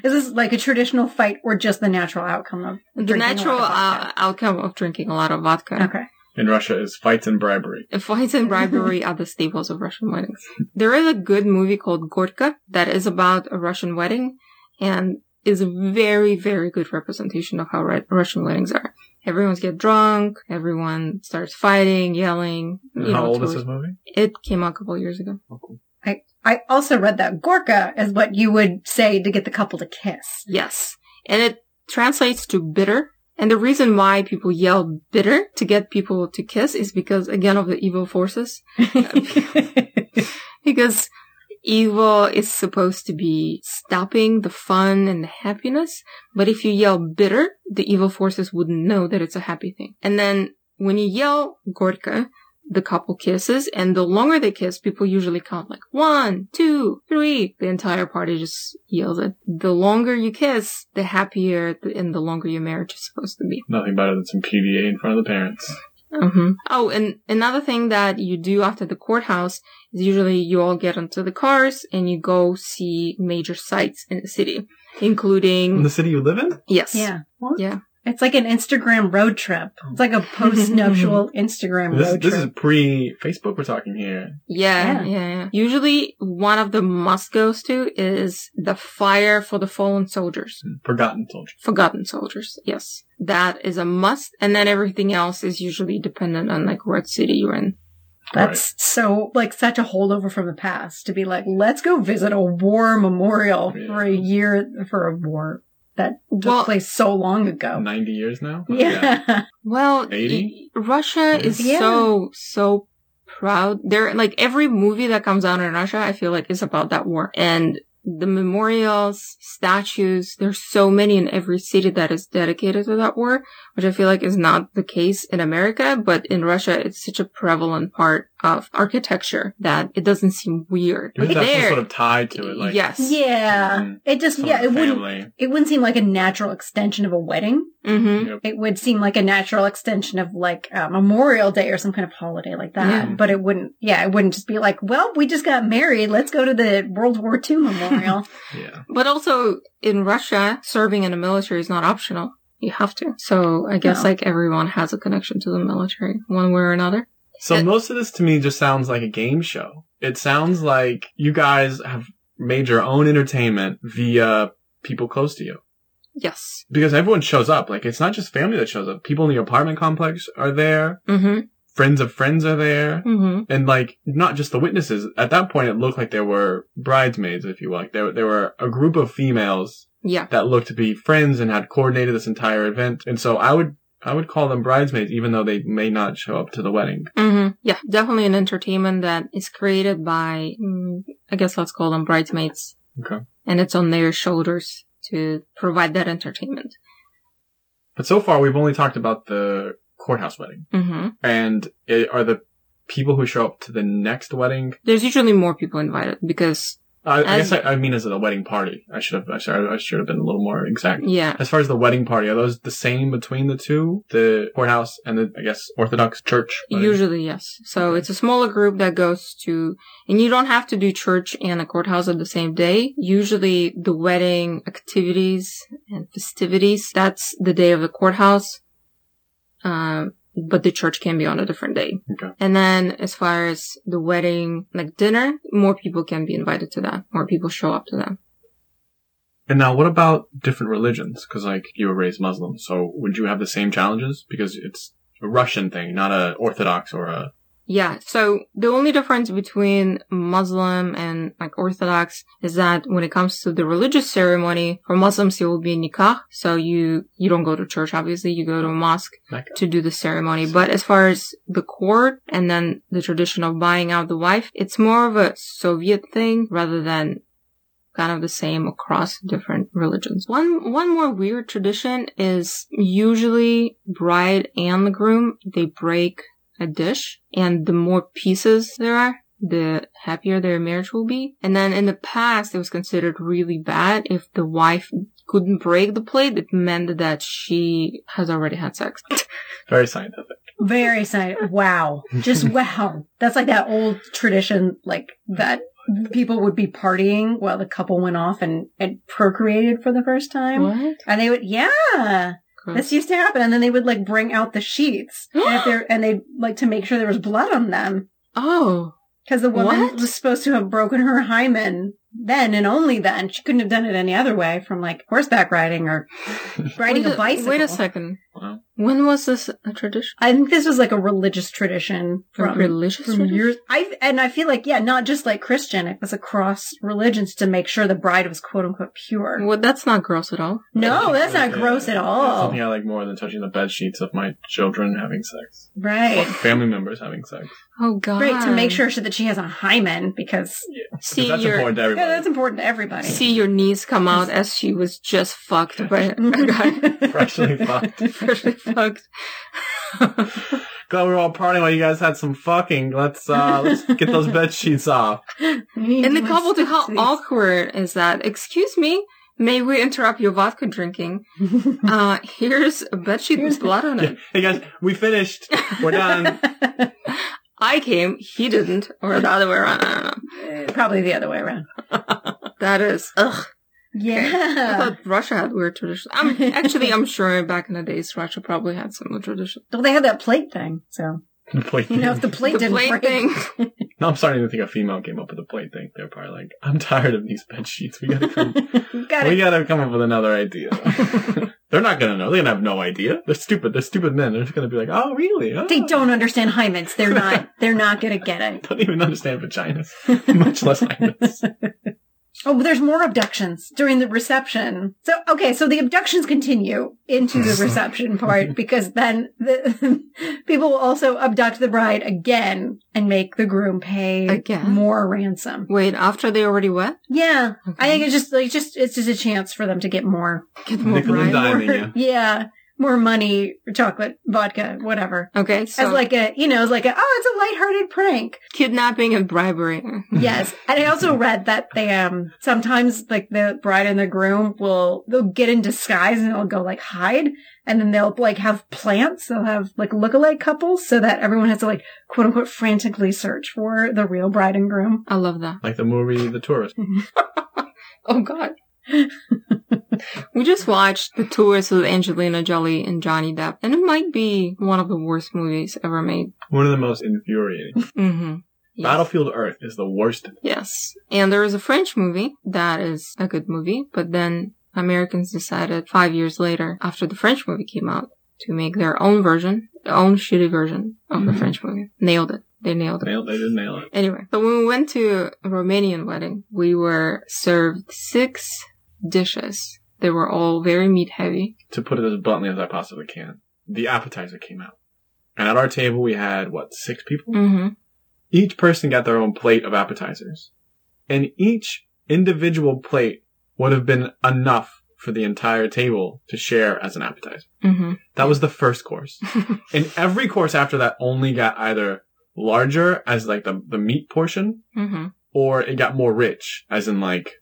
[SPEAKER 6] this like a traditional fight or just the natural outcome of
[SPEAKER 5] The
[SPEAKER 6] drinking a lot of
[SPEAKER 5] natural uh,
[SPEAKER 6] vodka?
[SPEAKER 5] outcome of drinking a lot of vodka.
[SPEAKER 6] Okay.
[SPEAKER 4] In Russia is fights and bribery.
[SPEAKER 5] Fights and bribery are the staples of Russian weddings. There is a good movie called Gorka that is about a Russian wedding and is a very, very good representation of how Ru- Russian weddings are. Everyone's get drunk, everyone starts fighting, yelling.
[SPEAKER 4] And
[SPEAKER 5] you
[SPEAKER 4] how
[SPEAKER 5] know,
[SPEAKER 4] old is
[SPEAKER 5] towards-
[SPEAKER 4] this movie?
[SPEAKER 5] It came out a couple years ago.
[SPEAKER 6] I also read that Gorka is what you would say to get the couple to kiss.
[SPEAKER 5] Yes. And it translates to bitter. And the reason why people yell bitter to get people to kiss is because, again, of the evil forces. because evil is supposed to be stopping the fun and the happiness. But if you yell bitter, the evil forces wouldn't know that it's a happy thing. And then when you yell Gorka, the couple kisses and the longer they kiss, people usually count like one, two, three. The entire party just yells it. The longer you kiss, the happier th- and the longer your marriage is supposed to be.
[SPEAKER 4] Nothing better than some PDA in front of the parents.
[SPEAKER 5] Mhm. Oh, and another thing that you do after the courthouse is usually you all get into the cars and you go see major sites in the city,
[SPEAKER 4] In
[SPEAKER 5] including
[SPEAKER 4] the city you live in?
[SPEAKER 5] yes,
[SPEAKER 6] yeah.
[SPEAKER 5] Yeah.
[SPEAKER 6] It's like an Instagram road trip. It's like a post nuptial Instagram
[SPEAKER 4] This,
[SPEAKER 6] road
[SPEAKER 4] this is
[SPEAKER 6] trip.
[SPEAKER 4] pre Facebook we're talking here.
[SPEAKER 5] yeah,
[SPEAKER 6] Yeah.
[SPEAKER 5] yeah, yeah. Usually, one of the must goes to is the fire for the fallen soldiers,
[SPEAKER 4] Mm. Forgotten soldier.
[SPEAKER 5] forgotten soldiers. Yes, that is a must, and then everything else is usually dependent on like what city you're in.
[SPEAKER 6] That's so like such a holdover from the past to be like, let's go visit a war memorial
[SPEAKER 4] Yeah.
[SPEAKER 6] for a year for a war that took
[SPEAKER 5] Well-
[SPEAKER 6] place so long
[SPEAKER 4] Right.
[SPEAKER 5] Oh.
[SPEAKER 6] ago.
[SPEAKER 4] 90 years now?
[SPEAKER 6] Yeah.
[SPEAKER 5] Well,
[SPEAKER 4] Eighty?
[SPEAKER 5] y- Russia is
[SPEAKER 6] Yeah.
[SPEAKER 5] so so proud. They're like every movie that comes out in Russia, I feel like is about that war and the memorials, statues. There's so many in every city that is dedicated to that war, which I feel like is not the case in America, but in Russia, it's such a prevalent part of architecture that it doesn't seem weird.
[SPEAKER 4] There's
[SPEAKER 5] But
[SPEAKER 4] that some
[SPEAKER 5] there,
[SPEAKER 4] sort of tie to it. Like,
[SPEAKER 5] yes,
[SPEAKER 6] Yeah.
[SPEAKER 4] Mm.
[SPEAKER 6] It just,
[SPEAKER 4] some
[SPEAKER 6] yeah, it wouldn't,
[SPEAKER 4] family.
[SPEAKER 6] it wouldn't seem like a natural extension of a wedding.
[SPEAKER 5] hmm
[SPEAKER 6] it would seem like a natural extension of like uh, Memorial Day or some kind of holiday like that.
[SPEAKER 5] Yeah.
[SPEAKER 6] But it wouldn't, yeah, it wouldn't just be like, well, we just got married. Let's go to the World War II memorial.
[SPEAKER 4] Yeah.
[SPEAKER 5] But also in Russia, serving in the military is not optional. You have to. So I guess
[SPEAKER 6] No.
[SPEAKER 5] like everyone has a connection to the military one way or another.
[SPEAKER 4] So
[SPEAKER 5] It-
[SPEAKER 4] most of this to me just sounds like a game show. It sounds like you guys have made your own entertainment via people close to you.
[SPEAKER 5] Yes.
[SPEAKER 4] because everyone shows up. Like it's not just family that shows up. People in the apartment complex are there.
[SPEAKER 5] Mm-hmm.
[SPEAKER 4] Friends of friends are there.
[SPEAKER 5] Mm-hmm.
[SPEAKER 4] And like, not just the witnesses. At that point, it looked like there were bridesmaids, if you will. Like there, there were a group of females
[SPEAKER 5] Yeah.
[SPEAKER 4] that looked to be friends and had coordinated this entire event. And so I would, I would call them bridesmaids, even though they may not show up to the wedding.
[SPEAKER 5] Mm-hmm. Yeah. Definitely an entertainment that is created by, mm, I guess let's call them bridesmaids.
[SPEAKER 4] Okay.
[SPEAKER 5] And it's on their shoulders to provide that entertainment.
[SPEAKER 4] But so far, we've only talked about the courthouse wedding.
[SPEAKER 5] Mm-hmm.
[SPEAKER 4] And it, are the people who show up to the next wedding?
[SPEAKER 5] There's usually more people invited because,
[SPEAKER 4] I, I
[SPEAKER 5] As-
[SPEAKER 4] guess I, I mean, as a wedding party, I should have, I should, I should have been a little more exact.
[SPEAKER 5] yeah.
[SPEAKER 4] As far as the wedding party, are those the same between the two, the courthouse and the, I guess, Orthodox church? wedding?
[SPEAKER 5] Usually, yes. So it's a smaller group that goes to, and you don't have to do church and a courthouse at the same day. Usually the wedding activities and festivities, that's the day of the courthouse. Um, but the church can be on a different day.
[SPEAKER 4] Okay.
[SPEAKER 5] And then as far as the wedding, like dinner, more people can be invited to that. More people show up to that.
[SPEAKER 4] And now, what about different religions? Because like you were raised Muslim, so would you have the same challenges? Because it's a Russian thing, not a Orthodox or a.
[SPEAKER 5] Yeah. So the only difference between Muslim and like Orthodox is that when it comes to the religious ceremony, for Muslims it will be nikah. So you, you don't go to church, obviously. You go to a mosque
[SPEAKER 4] Mecca.
[SPEAKER 5] to do the ceremony. But as far as the court and then the tradition of buying out the wife, it's more of a Soviet thing rather than kind of the same across different religions. One one more weird tradition is usually bride and the groom they break a dish and the more pieces there are the happier their marriage will be. And then in the past it was considered really bad if the wife couldn't break the plate, it meant that she has already had sex.
[SPEAKER 4] Very scientific.
[SPEAKER 6] Very excited. Wow. Just wow. That's like that old tradition, like that people would be partying while the couple went off and, and procreated for the first time.
[SPEAKER 5] What?
[SPEAKER 6] And they would, yeah, this
[SPEAKER 5] Gross.
[SPEAKER 6] used to happen. And then they would like bring out the sheets and, if they're, and they'd like to make sure there was blood on them.
[SPEAKER 5] Oh.
[SPEAKER 6] Because the woman
[SPEAKER 5] What?
[SPEAKER 6] was supposed to have broken her hymen then and only then. She couldn't have done it any other way from like horseback riding or riding
[SPEAKER 5] wait
[SPEAKER 6] a bicycle.
[SPEAKER 5] Wait a second.
[SPEAKER 4] Wow.
[SPEAKER 5] When was this a tradition?
[SPEAKER 6] I think this was like a religious tradition
[SPEAKER 5] From,
[SPEAKER 6] from
[SPEAKER 5] religious
[SPEAKER 6] from
[SPEAKER 5] tradition?
[SPEAKER 6] years. I and I feel like yeah, not just like Christian. It was across religions to make sure the bride was quote unquote pure.
[SPEAKER 5] Well, that's not gross at all.
[SPEAKER 6] No, that's not gross at all.
[SPEAKER 4] Something I like more than touching the bed sheets of my children having sex,
[SPEAKER 6] Right.
[SPEAKER 4] family members having sex.
[SPEAKER 5] Oh god.
[SPEAKER 6] Right, to make sure that she has a hymen because
[SPEAKER 5] See
[SPEAKER 4] 'Cause that's
[SPEAKER 5] your
[SPEAKER 4] important to everybody.
[SPEAKER 6] yeah, that's important to everybody.
[SPEAKER 5] see your knees come out as she was just fucked by a guy.
[SPEAKER 4] Freshly fucked.
[SPEAKER 5] Freshly fucked.
[SPEAKER 4] Glad we were all partying while you guys had some fucking. Let's uh, let's get those bed sheets off.
[SPEAKER 5] and the couple to how awkward is that? Excuse me, may we interrupt your vodka drinking? Uh, here's a bedsheet with blood on it.
[SPEAKER 4] Hey guys, we finished. We're done.
[SPEAKER 5] I came, he didn't, or the other way around. I don't know.
[SPEAKER 6] Probably the other way around.
[SPEAKER 5] That is, ugh. I
[SPEAKER 6] Yeah.
[SPEAKER 5] thought Russia had weird traditions. I'm, actually, I'm sure back in the days, Russia probably had similar traditions.
[SPEAKER 6] Well, they had that plate thing, so
[SPEAKER 4] Plate
[SPEAKER 6] you know if the plate
[SPEAKER 5] the
[SPEAKER 6] didn't
[SPEAKER 5] plate
[SPEAKER 6] break-
[SPEAKER 5] thing.
[SPEAKER 4] Now I'm starting to think a female came up with a plate thing. They're probably like, I'm tired of these bed sheets. We gotta come,
[SPEAKER 6] You got
[SPEAKER 4] we
[SPEAKER 6] it.
[SPEAKER 4] gotta come up with another idea. They're not gonna know. They're gonna have no idea. They're stupid. They're stupid men. They're just gonna be like, oh, really? Oh.
[SPEAKER 6] They don't understand hymens. They're not. They're not gonna get it.
[SPEAKER 4] Don't even understand vaginas, much less hymens.
[SPEAKER 6] Oh, but there's more abductions during the reception. So, okay, so the abductions continue into the reception part because then the people will also abduct the bride again and make the groom pay
[SPEAKER 5] Again?
[SPEAKER 6] more ransom.
[SPEAKER 5] Wait, after they already wet?
[SPEAKER 6] Yeah. I think it's just like just it's just a chance for them to get more
[SPEAKER 5] Get more
[SPEAKER 4] Nickel and
[SPEAKER 5] brine.
[SPEAKER 4] diming
[SPEAKER 6] more,
[SPEAKER 4] you.
[SPEAKER 6] yeah, more money, chocolate, vodka, whatever.
[SPEAKER 5] Okay, so
[SPEAKER 6] As like a, you know, as like a, oh, it's a lighthearted prank.
[SPEAKER 5] kidnapping and bribery.
[SPEAKER 6] Yes. And I also read that they, um, sometimes like the bride and the groom will, they'll get in disguise and they'll go like hide and then they'll like have plants. They'll have like lookalike couples so that everyone has to like quote unquote frantically search for the real bride and groom.
[SPEAKER 5] I love that.
[SPEAKER 4] Like the movie The Tourist.
[SPEAKER 5] Oh god. we just watched The Tourist with Angelina Jolie and Johnny Depp, and it might be one of the worst movies ever made.
[SPEAKER 4] One of the most infuriating.
[SPEAKER 5] Mm-hmm. Yes.
[SPEAKER 4] Battlefield Earth is the worst.
[SPEAKER 5] Yes. And there is a French movie that is a good movie, but then Americans decided five years later, after the French movie came out, to make their own version, their own shitty version of the
[SPEAKER 4] Mhm.
[SPEAKER 5] French movie. Nailed it. They nailed it.
[SPEAKER 4] Nailed, they did nail it.
[SPEAKER 5] Anyway, so when we went to a Romanian wedding, we were served six dishes. They were all very meat heavy.
[SPEAKER 4] To put it as bluntly as I possibly can, the appetizer came out. And at our table, we had, what, six people?
[SPEAKER 5] Mm-hmm.
[SPEAKER 4] Each person got their own plate of appetizers. And each individual plate would have been enough for the entire table to share as an appetizer.
[SPEAKER 5] Mm-hmm.
[SPEAKER 4] That was the first course. and every course after that only got either larger as like the, the meat portion
[SPEAKER 5] Mm-hmm.
[SPEAKER 4] or it got more rich as in like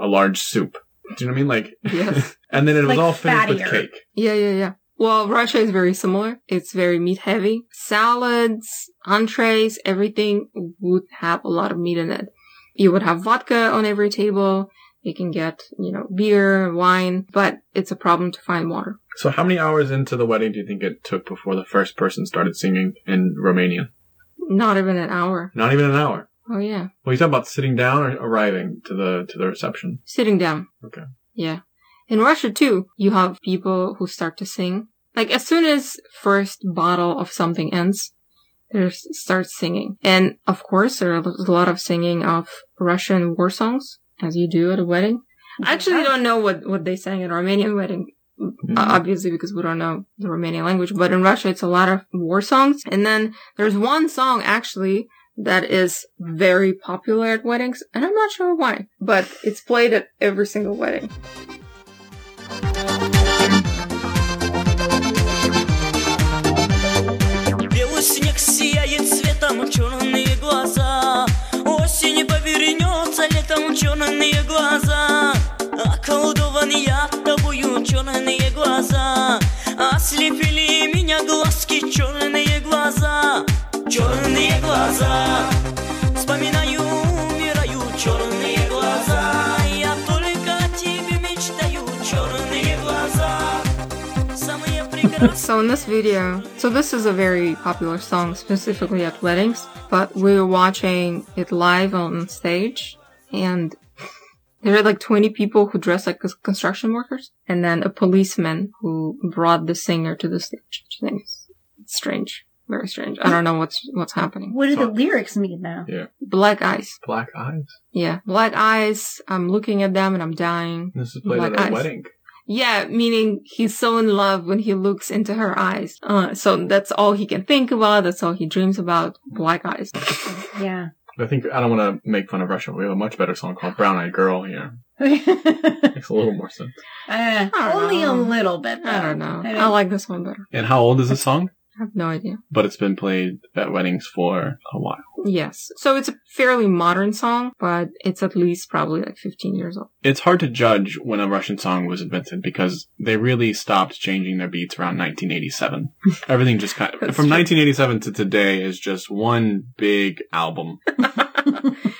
[SPEAKER 4] a large soup. Do you know what I mean? Like,
[SPEAKER 5] Yes.
[SPEAKER 4] and then it was
[SPEAKER 6] Like
[SPEAKER 4] all finished with
[SPEAKER 6] fattier.
[SPEAKER 4] cake.
[SPEAKER 5] Yeah, yeah, yeah. Well, Russia is very similar. It's very meat heavy. Salads, entrees, everything would have a lot of meat in it. You would have vodka on every table. You can get, you know, beer, wine, but it's a problem to find water.
[SPEAKER 4] So how many hours into the wedding do you think it took before the first person started singing in Romania?
[SPEAKER 5] Not even an hour.
[SPEAKER 4] Not even an hour.
[SPEAKER 5] Oh yeah.
[SPEAKER 4] Well, you talking about sitting down or arriving to the, to the reception?
[SPEAKER 5] Sitting down.
[SPEAKER 4] Okay.
[SPEAKER 5] Yeah. In Russia too, you have people who start to sing. Like as soon as first bottle of something ends, they s- start singing. And of course, there are a lot of singing of Russian war songs, as you do at a wedding. I actually don't know what, what they sang at Armenian wedding, o-
[SPEAKER 4] Mm-hmm.
[SPEAKER 5] obviously because we don't know the Romanian language, but in Russia it's a lot of war songs. And then there's one song actually that is very popular at weddings, and I'm not sure why, but it's played at every single wedding.
[SPEAKER 7] Белый снег сияет цветом черные глаза Осень повернется летом черные глаза Околдован я тобою черные глаза Ослепили меня глазки черные глаза Черные глаза Вспоминаю, умираю черные глаза Я только о тебе мечтаю черные глаза Самые прекрасные
[SPEAKER 5] So in this video, so this is a very popular song specifically at weddings, but we were watching it live on stage and there are like 20 people who dress like cons- construction workers and then a policeman who brought the singer to the stage. Which I think is strange. Very strange. I don't know what's, what's happening.
[SPEAKER 6] What do the lyrics mean now?
[SPEAKER 5] Black eyes.
[SPEAKER 4] Black eyes.
[SPEAKER 5] Yeah. Black eyes. I'm looking at them and I'm dying.
[SPEAKER 4] This is played
[SPEAKER 5] Black
[SPEAKER 4] at a
[SPEAKER 5] eyes.
[SPEAKER 4] wedding.
[SPEAKER 5] Yeah, meaning he's so in love when he looks into her eyes. Uh, so that's all he can think about. That's all he dreams about. Black eyes.
[SPEAKER 6] Yeah.
[SPEAKER 4] I think I don't want to make fun of Russia. We have a much better song called Brown Eyed Girl here.
[SPEAKER 6] Eh,
[SPEAKER 4] Makes a little more sense.
[SPEAKER 5] don't
[SPEAKER 6] Uh, only
[SPEAKER 5] know.
[SPEAKER 6] a little bit. Though.
[SPEAKER 5] I don't know. Oh,
[SPEAKER 6] I
[SPEAKER 5] I like this one better.
[SPEAKER 4] And how old is this song?
[SPEAKER 5] I have no idea.
[SPEAKER 4] But it's been played at weddings for a while.
[SPEAKER 5] Yes. So it's a fairly modern song, but it's at least probably like 15 years old.
[SPEAKER 4] It's hard to judge when a Russian song was invented because they really stopped changing their beats around 1987. Everything just kind of,
[SPEAKER 5] That's
[SPEAKER 4] from
[SPEAKER 5] true.
[SPEAKER 4] 1987 to today is just one big album.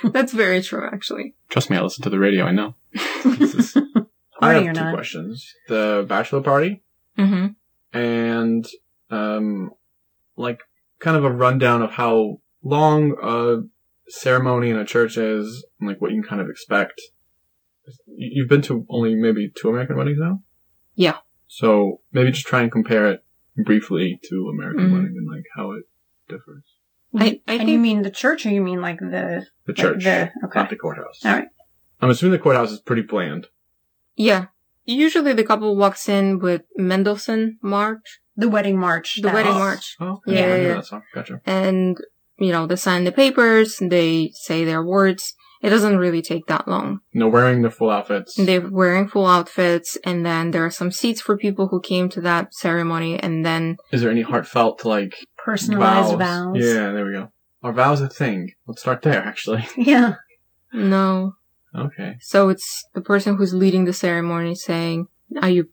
[SPEAKER 5] That's very true, actually.
[SPEAKER 4] Trust me, I listen to the radio. I know. This is- I
[SPEAKER 6] Party
[SPEAKER 4] have
[SPEAKER 6] or
[SPEAKER 4] two
[SPEAKER 6] not.
[SPEAKER 4] questions. The bachelor party
[SPEAKER 5] hmm
[SPEAKER 6] Mm-hmm.
[SPEAKER 4] and um, like kind of a rundown of how long a ceremony in a church is, and like what you can kind of expect. You- You've been to only maybe two American weddings now.
[SPEAKER 5] Yeah.
[SPEAKER 4] So maybe just try and compare it briefly to American
[SPEAKER 6] Mm-hmm.
[SPEAKER 5] Mhm.
[SPEAKER 4] wedding and like how it differs.
[SPEAKER 5] I- I
[SPEAKER 6] and
[SPEAKER 5] think-
[SPEAKER 6] you mean the church, or you mean like the
[SPEAKER 4] The
[SPEAKER 6] like
[SPEAKER 4] church,
[SPEAKER 6] the-
[SPEAKER 4] not
[SPEAKER 6] okay.
[SPEAKER 4] the courthouse.
[SPEAKER 6] All right.
[SPEAKER 4] I'm assuming the courthouse is pretty bland.
[SPEAKER 5] Yeah. Usually the couple walks in with Mendelssohn March,
[SPEAKER 6] The wedding march.
[SPEAKER 5] the
[SPEAKER 6] that
[SPEAKER 5] wedding
[SPEAKER 6] is.
[SPEAKER 5] march.
[SPEAKER 4] Oh, okay.
[SPEAKER 5] Yeah,
[SPEAKER 4] I
[SPEAKER 5] yeah,
[SPEAKER 4] know
[SPEAKER 5] yeah.
[SPEAKER 4] that song. Gotcha.
[SPEAKER 5] and you know they sign the papers they say their words it doesn't really take that long
[SPEAKER 4] No, wearing the full outfits.
[SPEAKER 5] they're wearing full outfits and then there are some seats for people who came to that ceremony and then
[SPEAKER 4] is there any heartfelt like
[SPEAKER 6] Personalized vows.
[SPEAKER 4] Yeah, there we go. Are vows a thing? Let's start there, actually.
[SPEAKER 6] Yeah.
[SPEAKER 5] no
[SPEAKER 4] Okay.
[SPEAKER 5] so it's the person who's leading the ceremony saying are you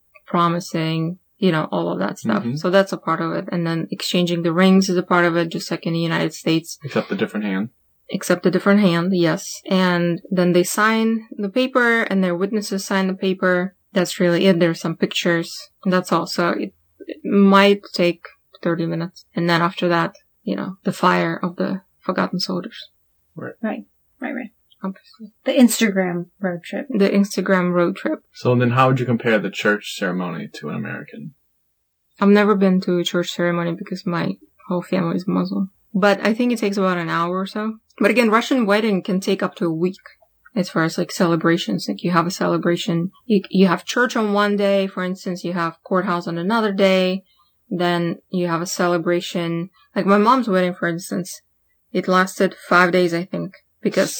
[SPEAKER 5] promising you know all of that stuff
[SPEAKER 4] Mhm.
[SPEAKER 5] so that's a part of it and then exchanging the rings is a part of it just like in the united states
[SPEAKER 4] Except the different hand.
[SPEAKER 5] except a different hand, yes. And then they sign the paper and their witnesses sign the paper. That's really it. There's some pictures. That's all. So it, it might take 30 minutes. And then after that, you know, the fire of the forgotten soldiers.
[SPEAKER 6] Right. Right. Right.
[SPEAKER 5] obviously.
[SPEAKER 6] The Instagram road trip.
[SPEAKER 5] The Instagram road trip.
[SPEAKER 4] So then how would you compare the church ceremony to an American?
[SPEAKER 5] I've never been to a church ceremony because my whole family is Muslim. But I think it takes about an hour or so. But again, Russian wedding can take up to a week as far as like celebrations. Like you have a celebration, you, you have church on one day, for instance, you have courthouse on another day, then you have a celebration. Like my mom's wedding, for instance, it lasted five days, I think, because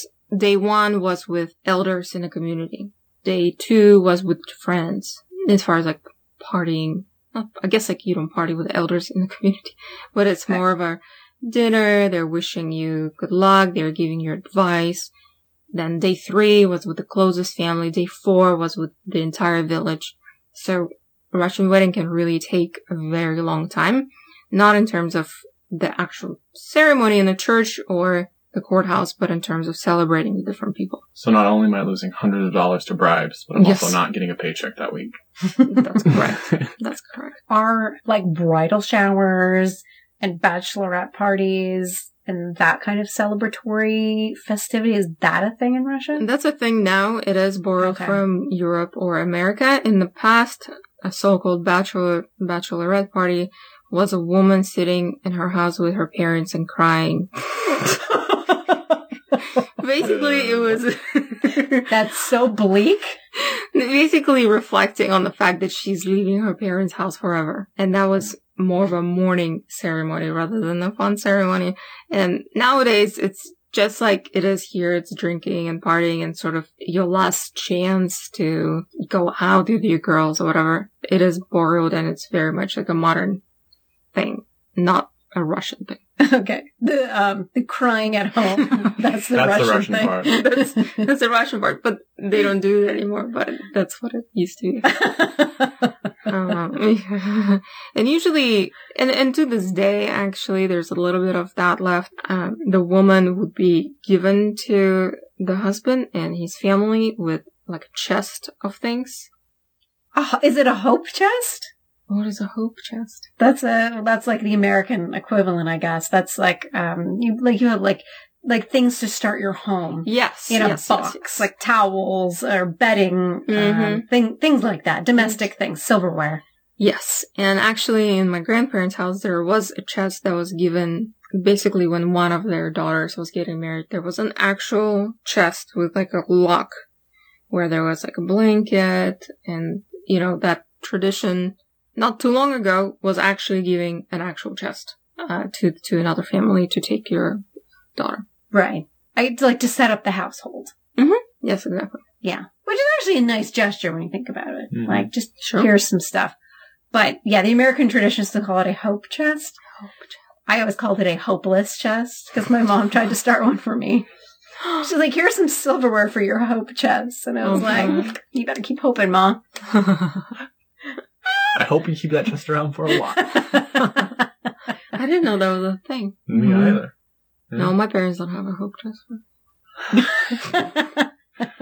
[SPEAKER 5] day one was with elders in the community. Day two was with friends as far as like partying. Not- I guess like you don't party with elders in the community, but it's more of a dinner. They're wishing you good luck. They're giving you advice. Then day three was with the closest family. Day four was with the entire village. So Russian wedding can really take a very long time. Not in terms of the actual ceremony in the church or the courthouse, but in terms of celebrating with different people.
[SPEAKER 4] So not only am I losing hundreds of dollars to bribes, but I'm
[SPEAKER 5] Yes.
[SPEAKER 4] also not getting a paycheck that week.
[SPEAKER 5] That's correct. That's correct.
[SPEAKER 6] Are like bridal showers and bachelorette parties and that kind of celebratory festivity. Is that a thing in Russia?
[SPEAKER 5] And that's a thing now. It is borrowed
[SPEAKER 6] Okay.
[SPEAKER 5] from Europe or America. In the past, a so-called bachelor, bachelorette party was a woman sitting in her house with her parents and crying. Basically, it was
[SPEAKER 6] That's so bleak.
[SPEAKER 5] basically reflecting on the fact that she's leaving her parents' house forever. And that was more of a mourning ceremony rather than a fun ceremony. And nowadays it's just like it is here. It's drinking and partying and sort of your last chance to go out with your girls or whatever. It is borrowed and it's very much like a modern thing, not a Russian thing.
[SPEAKER 6] Okay. The um the crying at home. That's the
[SPEAKER 4] That's the
[SPEAKER 6] Russian
[SPEAKER 4] Russian
[SPEAKER 6] thing.
[SPEAKER 4] part.
[SPEAKER 5] That's, that's the Russian part, but they don't do it anymore, but that's what it used to be. Um, and usually, and, and to this day, actually, there's a little bit of that left. Um, the woman would be given to the husband and his family with like a chest of things.
[SPEAKER 6] Oh, is it a hope chest?
[SPEAKER 5] What is a hope chest?
[SPEAKER 6] That's a that's like the American equivalent, I guess. That's like um you like you have like like things to start your home
[SPEAKER 5] Yes.
[SPEAKER 6] in a
[SPEAKER 5] yes, yes,
[SPEAKER 6] box,
[SPEAKER 5] yes.
[SPEAKER 6] like towels or bedding, um,
[SPEAKER 5] Mhm.
[SPEAKER 6] thing things like that, domestic things, silverware.
[SPEAKER 5] Yes. And actually, in my grandparents' house, there was a chest that was given basically when one of their daughters was getting married. There was an actual chest with like a lock where there was like a blanket and, you know, that tradition not too long ago was actually giving an actual chest, uh, to, to another family to take your daughter.
[SPEAKER 6] Right. I it's like to set up the household.
[SPEAKER 5] Yes, exactly.
[SPEAKER 6] Yeah. Which is actually a nice gesture when you think about it.
[SPEAKER 4] Mhm.
[SPEAKER 6] Like just
[SPEAKER 5] Sure.
[SPEAKER 6] here's some stuff. But yeah, the American tradition is to call it a hope chest. I always called it a hopeless chest because my mom tried to start one for me. She's like, here's some silverware for your hope chest. And I was
[SPEAKER 5] Oh,
[SPEAKER 6] like, you better keep hoping, mom.
[SPEAKER 4] I hope you keep that chest around for a while.
[SPEAKER 6] I
[SPEAKER 5] I didn't know that was a thing.
[SPEAKER 4] Me
[SPEAKER 6] Mhm.
[SPEAKER 4] either. Hmm?
[SPEAKER 5] No, my parents don't have a hope chest.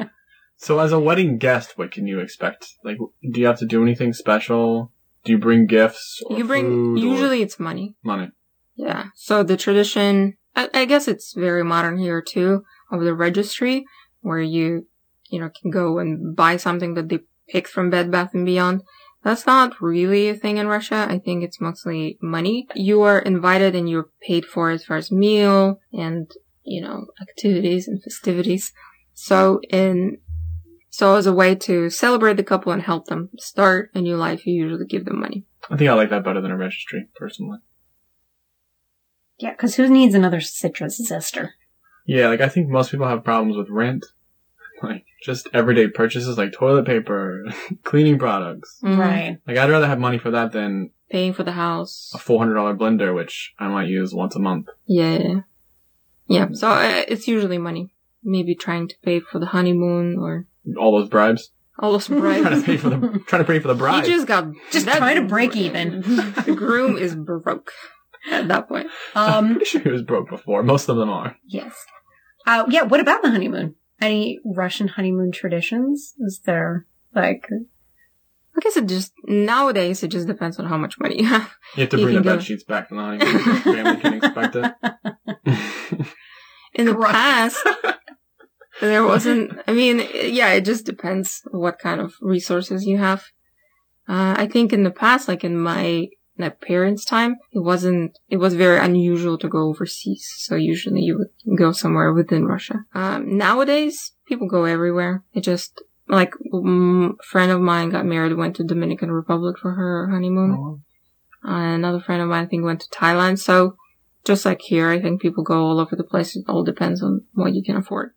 [SPEAKER 4] So as a wedding guest, what can you expect? Like, do you have to do anything special? Do you bring gifts? Or
[SPEAKER 5] You bring,
[SPEAKER 4] food or
[SPEAKER 5] usually it's money.
[SPEAKER 4] money.
[SPEAKER 5] Yeah. So the tradition, I, I guess it's very modern here too, of the registry where you, you know, can go and buy something that they pick from Bed Bath and Beyond. That's not really a thing in Russia. I think it's mostly money. You are invited and you're paid for as far as meal and, you know, activities and festivities. So in, so as a way to celebrate the couple and help them start a new life, you usually give them money.
[SPEAKER 4] I think I like that better than a registry, personally.
[SPEAKER 6] yeah, because who needs another citrus sister?
[SPEAKER 4] Yeah, like I think most people have problems with rent, like just everyday purchases like toilet paper, cleaning products.
[SPEAKER 5] Mm-hmm.
[SPEAKER 6] Right.
[SPEAKER 4] Like I'd rather have money for that than
[SPEAKER 5] Paying for the house.
[SPEAKER 4] a four hundred dollar blender, which I might use once a month.
[SPEAKER 5] Yeah, yeah, yeah. So uh, it's usually money. Maybe trying to pay for the honeymoon or
[SPEAKER 4] All those bribes,
[SPEAKER 5] all those
[SPEAKER 4] trying to
[SPEAKER 5] bribes.
[SPEAKER 4] pay for the trying to pay for the
[SPEAKER 5] he
[SPEAKER 4] bride.
[SPEAKER 5] just got
[SPEAKER 6] Just
[SPEAKER 5] that-
[SPEAKER 6] trying to break even.
[SPEAKER 5] the groom is broke at that point.
[SPEAKER 6] Um,
[SPEAKER 4] I'm sure he was broke before. Most of them are.
[SPEAKER 6] yes. Uh, yeah, what about the honeymoon? Any Russian honeymoon traditions? Is there like
[SPEAKER 5] I guess it just nowadays it just depends on how much money you have.
[SPEAKER 4] You have to
[SPEAKER 5] You
[SPEAKER 4] bring the
[SPEAKER 5] can go-
[SPEAKER 4] bed sheets back to the honeymoon. so Family can expect it.
[SPEAKER 5] In the
[SPEAKER 6] Gross.
[SPEAKER 5] past, There wasn't, I mean, yeah, it just depends what kind of resources you have. Uh, I think in the past, like in my, my parents' time, it wasn't, it was very unusual to go overseas. So usually you would go somewhere within Russia. Um, nowadays, people go everywhere. It just, like, mm, a friend of mine got married, went to Dominican Republic for her honeymoon. Uh, another friend of mine, I think, went to Thailand. So, just like here, I think people go all over the place. It all depends on what you can afford.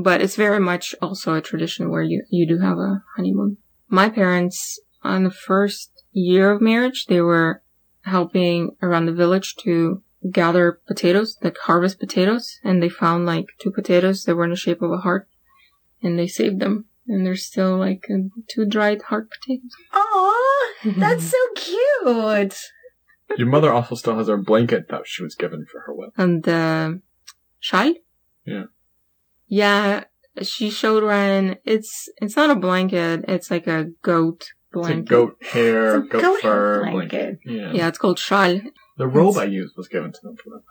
[SPEAKER 5] But it's very much also a tradition where you, you do have a honeymoon. My parents, on the first year of marriage, they were helping around the village to gather potatoes, like harvest potatoes, and they found like two potatoes that were in the shape of a heart, and they saved them. And they're still like uh, two dried heart potatoes.
[SPEAKER 6] Aw, that's so
[SPEAKER 5] Mm-hmm.
[SPEAKER 6] cute.
[SPEAKER 4] Your mother also still has our blanket that she was given for her wedding.
[SPEAKER 5] and the shy.
[SPEAKER 4] Yeah.
[SPEAKER 5] Yeah, she showed Ryan. It's it's not a blanket. It's like a goat
[SPEAKER 4] It's a
[SPEAKER 5] blanket.
[SPEAKER 4] goat hair,
[SPEAKER 6] It's a
[SPEAKER 4] goat,
[SPEAKER 6] goat hair
[SPEAKER 4] fur
[SPEAKER 6] blanket.
[SPEAKER 4] blanket. Yeah.
[SPEAKER 5] Yeah, it's called shawl.
[SPEAKER 4] The robe I used was given to them for that.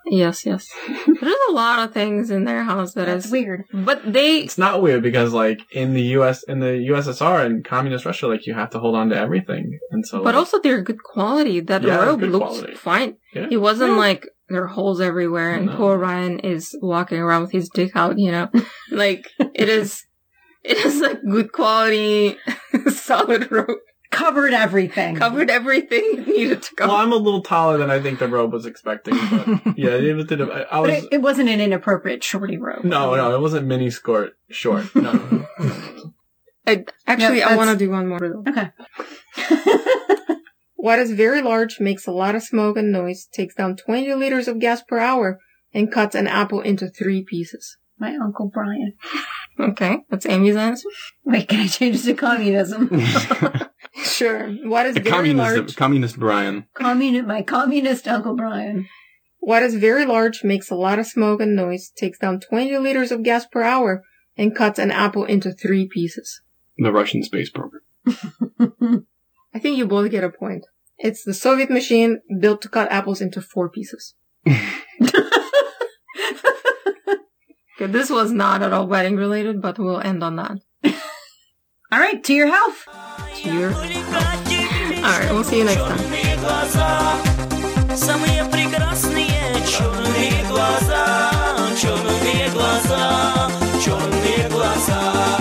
[SPEAKER 5] Yes, yes. There's a lot of things in their house that
[SPEAKER 6] That's
[SPEAKER 5] is-
[SPEAKER 6] weird.
[SPEAKER 5] But they,
[SPEAKER 4] It's not weird because like in the US in the USSR and communist Russia, like you have to hold on to everything. And so
[SPEAKER 5] but
[SPEAKER 4] like,
[SPEAKER 5] also they're good quality. That
[SPEAKER 4] Yeah,
[SPEAKER 5] robe
[SPEAKER 4] good
[SPEAKER 5] looked
[SPEAKER 4] quality.
[SPEAKER 5] fine.
[SPEAKER 4] Yeah.
[SPEAKER 5] It wasn't like there are holes everywhere, and
[SPEAKER 4] No.
[SPEAKER 5] poor Ryan is walking around with his dick out. You know, like it is. It is like good quality, solid robe.
[SPEAKER 6] Covered everything.
[SPEAKER 5] covered everything that needed to cover.
[SPEAKER 4] Well, I'm a little taller than I think the robe was expecting, but yeah, it was, I, I
[SPEAKER 6] But
[SPEAKER 4] was,
[SPEAKER 6] it, it wasn't an inappropriate shorty robe.
[SPEAKER 4] no, no, it wasn't mini skirt short. No, no, no.
[SPEAKER 5] I, actually,
[SPEAKER 6] Yeah,
[SPEAKER 5] I
[SPEAKER 6] that's-
[SPEAKER 5] want to do one more. riddle.
[SPEAKER 6] Okay.
[SPEAKER 5] What is very large, makes a lot of smoke and noise, takes down 20 liters of gas per hour, and cuts an apple into three pieces.
[SPEAKER 6] My Uncle Brian.
[SPEAKER 5] Okay, that's Amy's answer.
[SPEAKER 6] Wait, can I change to communism?
[SPEAKER 5] Sure. What is
[SPEAKER 8] the
[SPEAKER 5] very large?
[SPEAKER 8] communist, communist Brian.
[SPEAKER 6] Communi- my communist Uncle Brian.
[SPEAKER 5] What is very large, makes a lot of smoke and noise, takes down 20 liters of gas per hour, and cuts an apple into three pieces.
[SPEAKER 8] The Russian space program.
[SPEAKER 5] I think you both get a point. It's the Soviet machine built to cut apples into four pieces. Okay, this was not at all wedding related, but we'll end on that.
[SPEAKER 6] All right, to your health.
[SPEAKER 5] Cheers.
[SPEAKER 7] All
[SPEAKER 5] Alright, we'll see you next time.
[SPEAKER 7] Черные глаза, самые прекрасные черные глаза, черные глаза, черные глаза.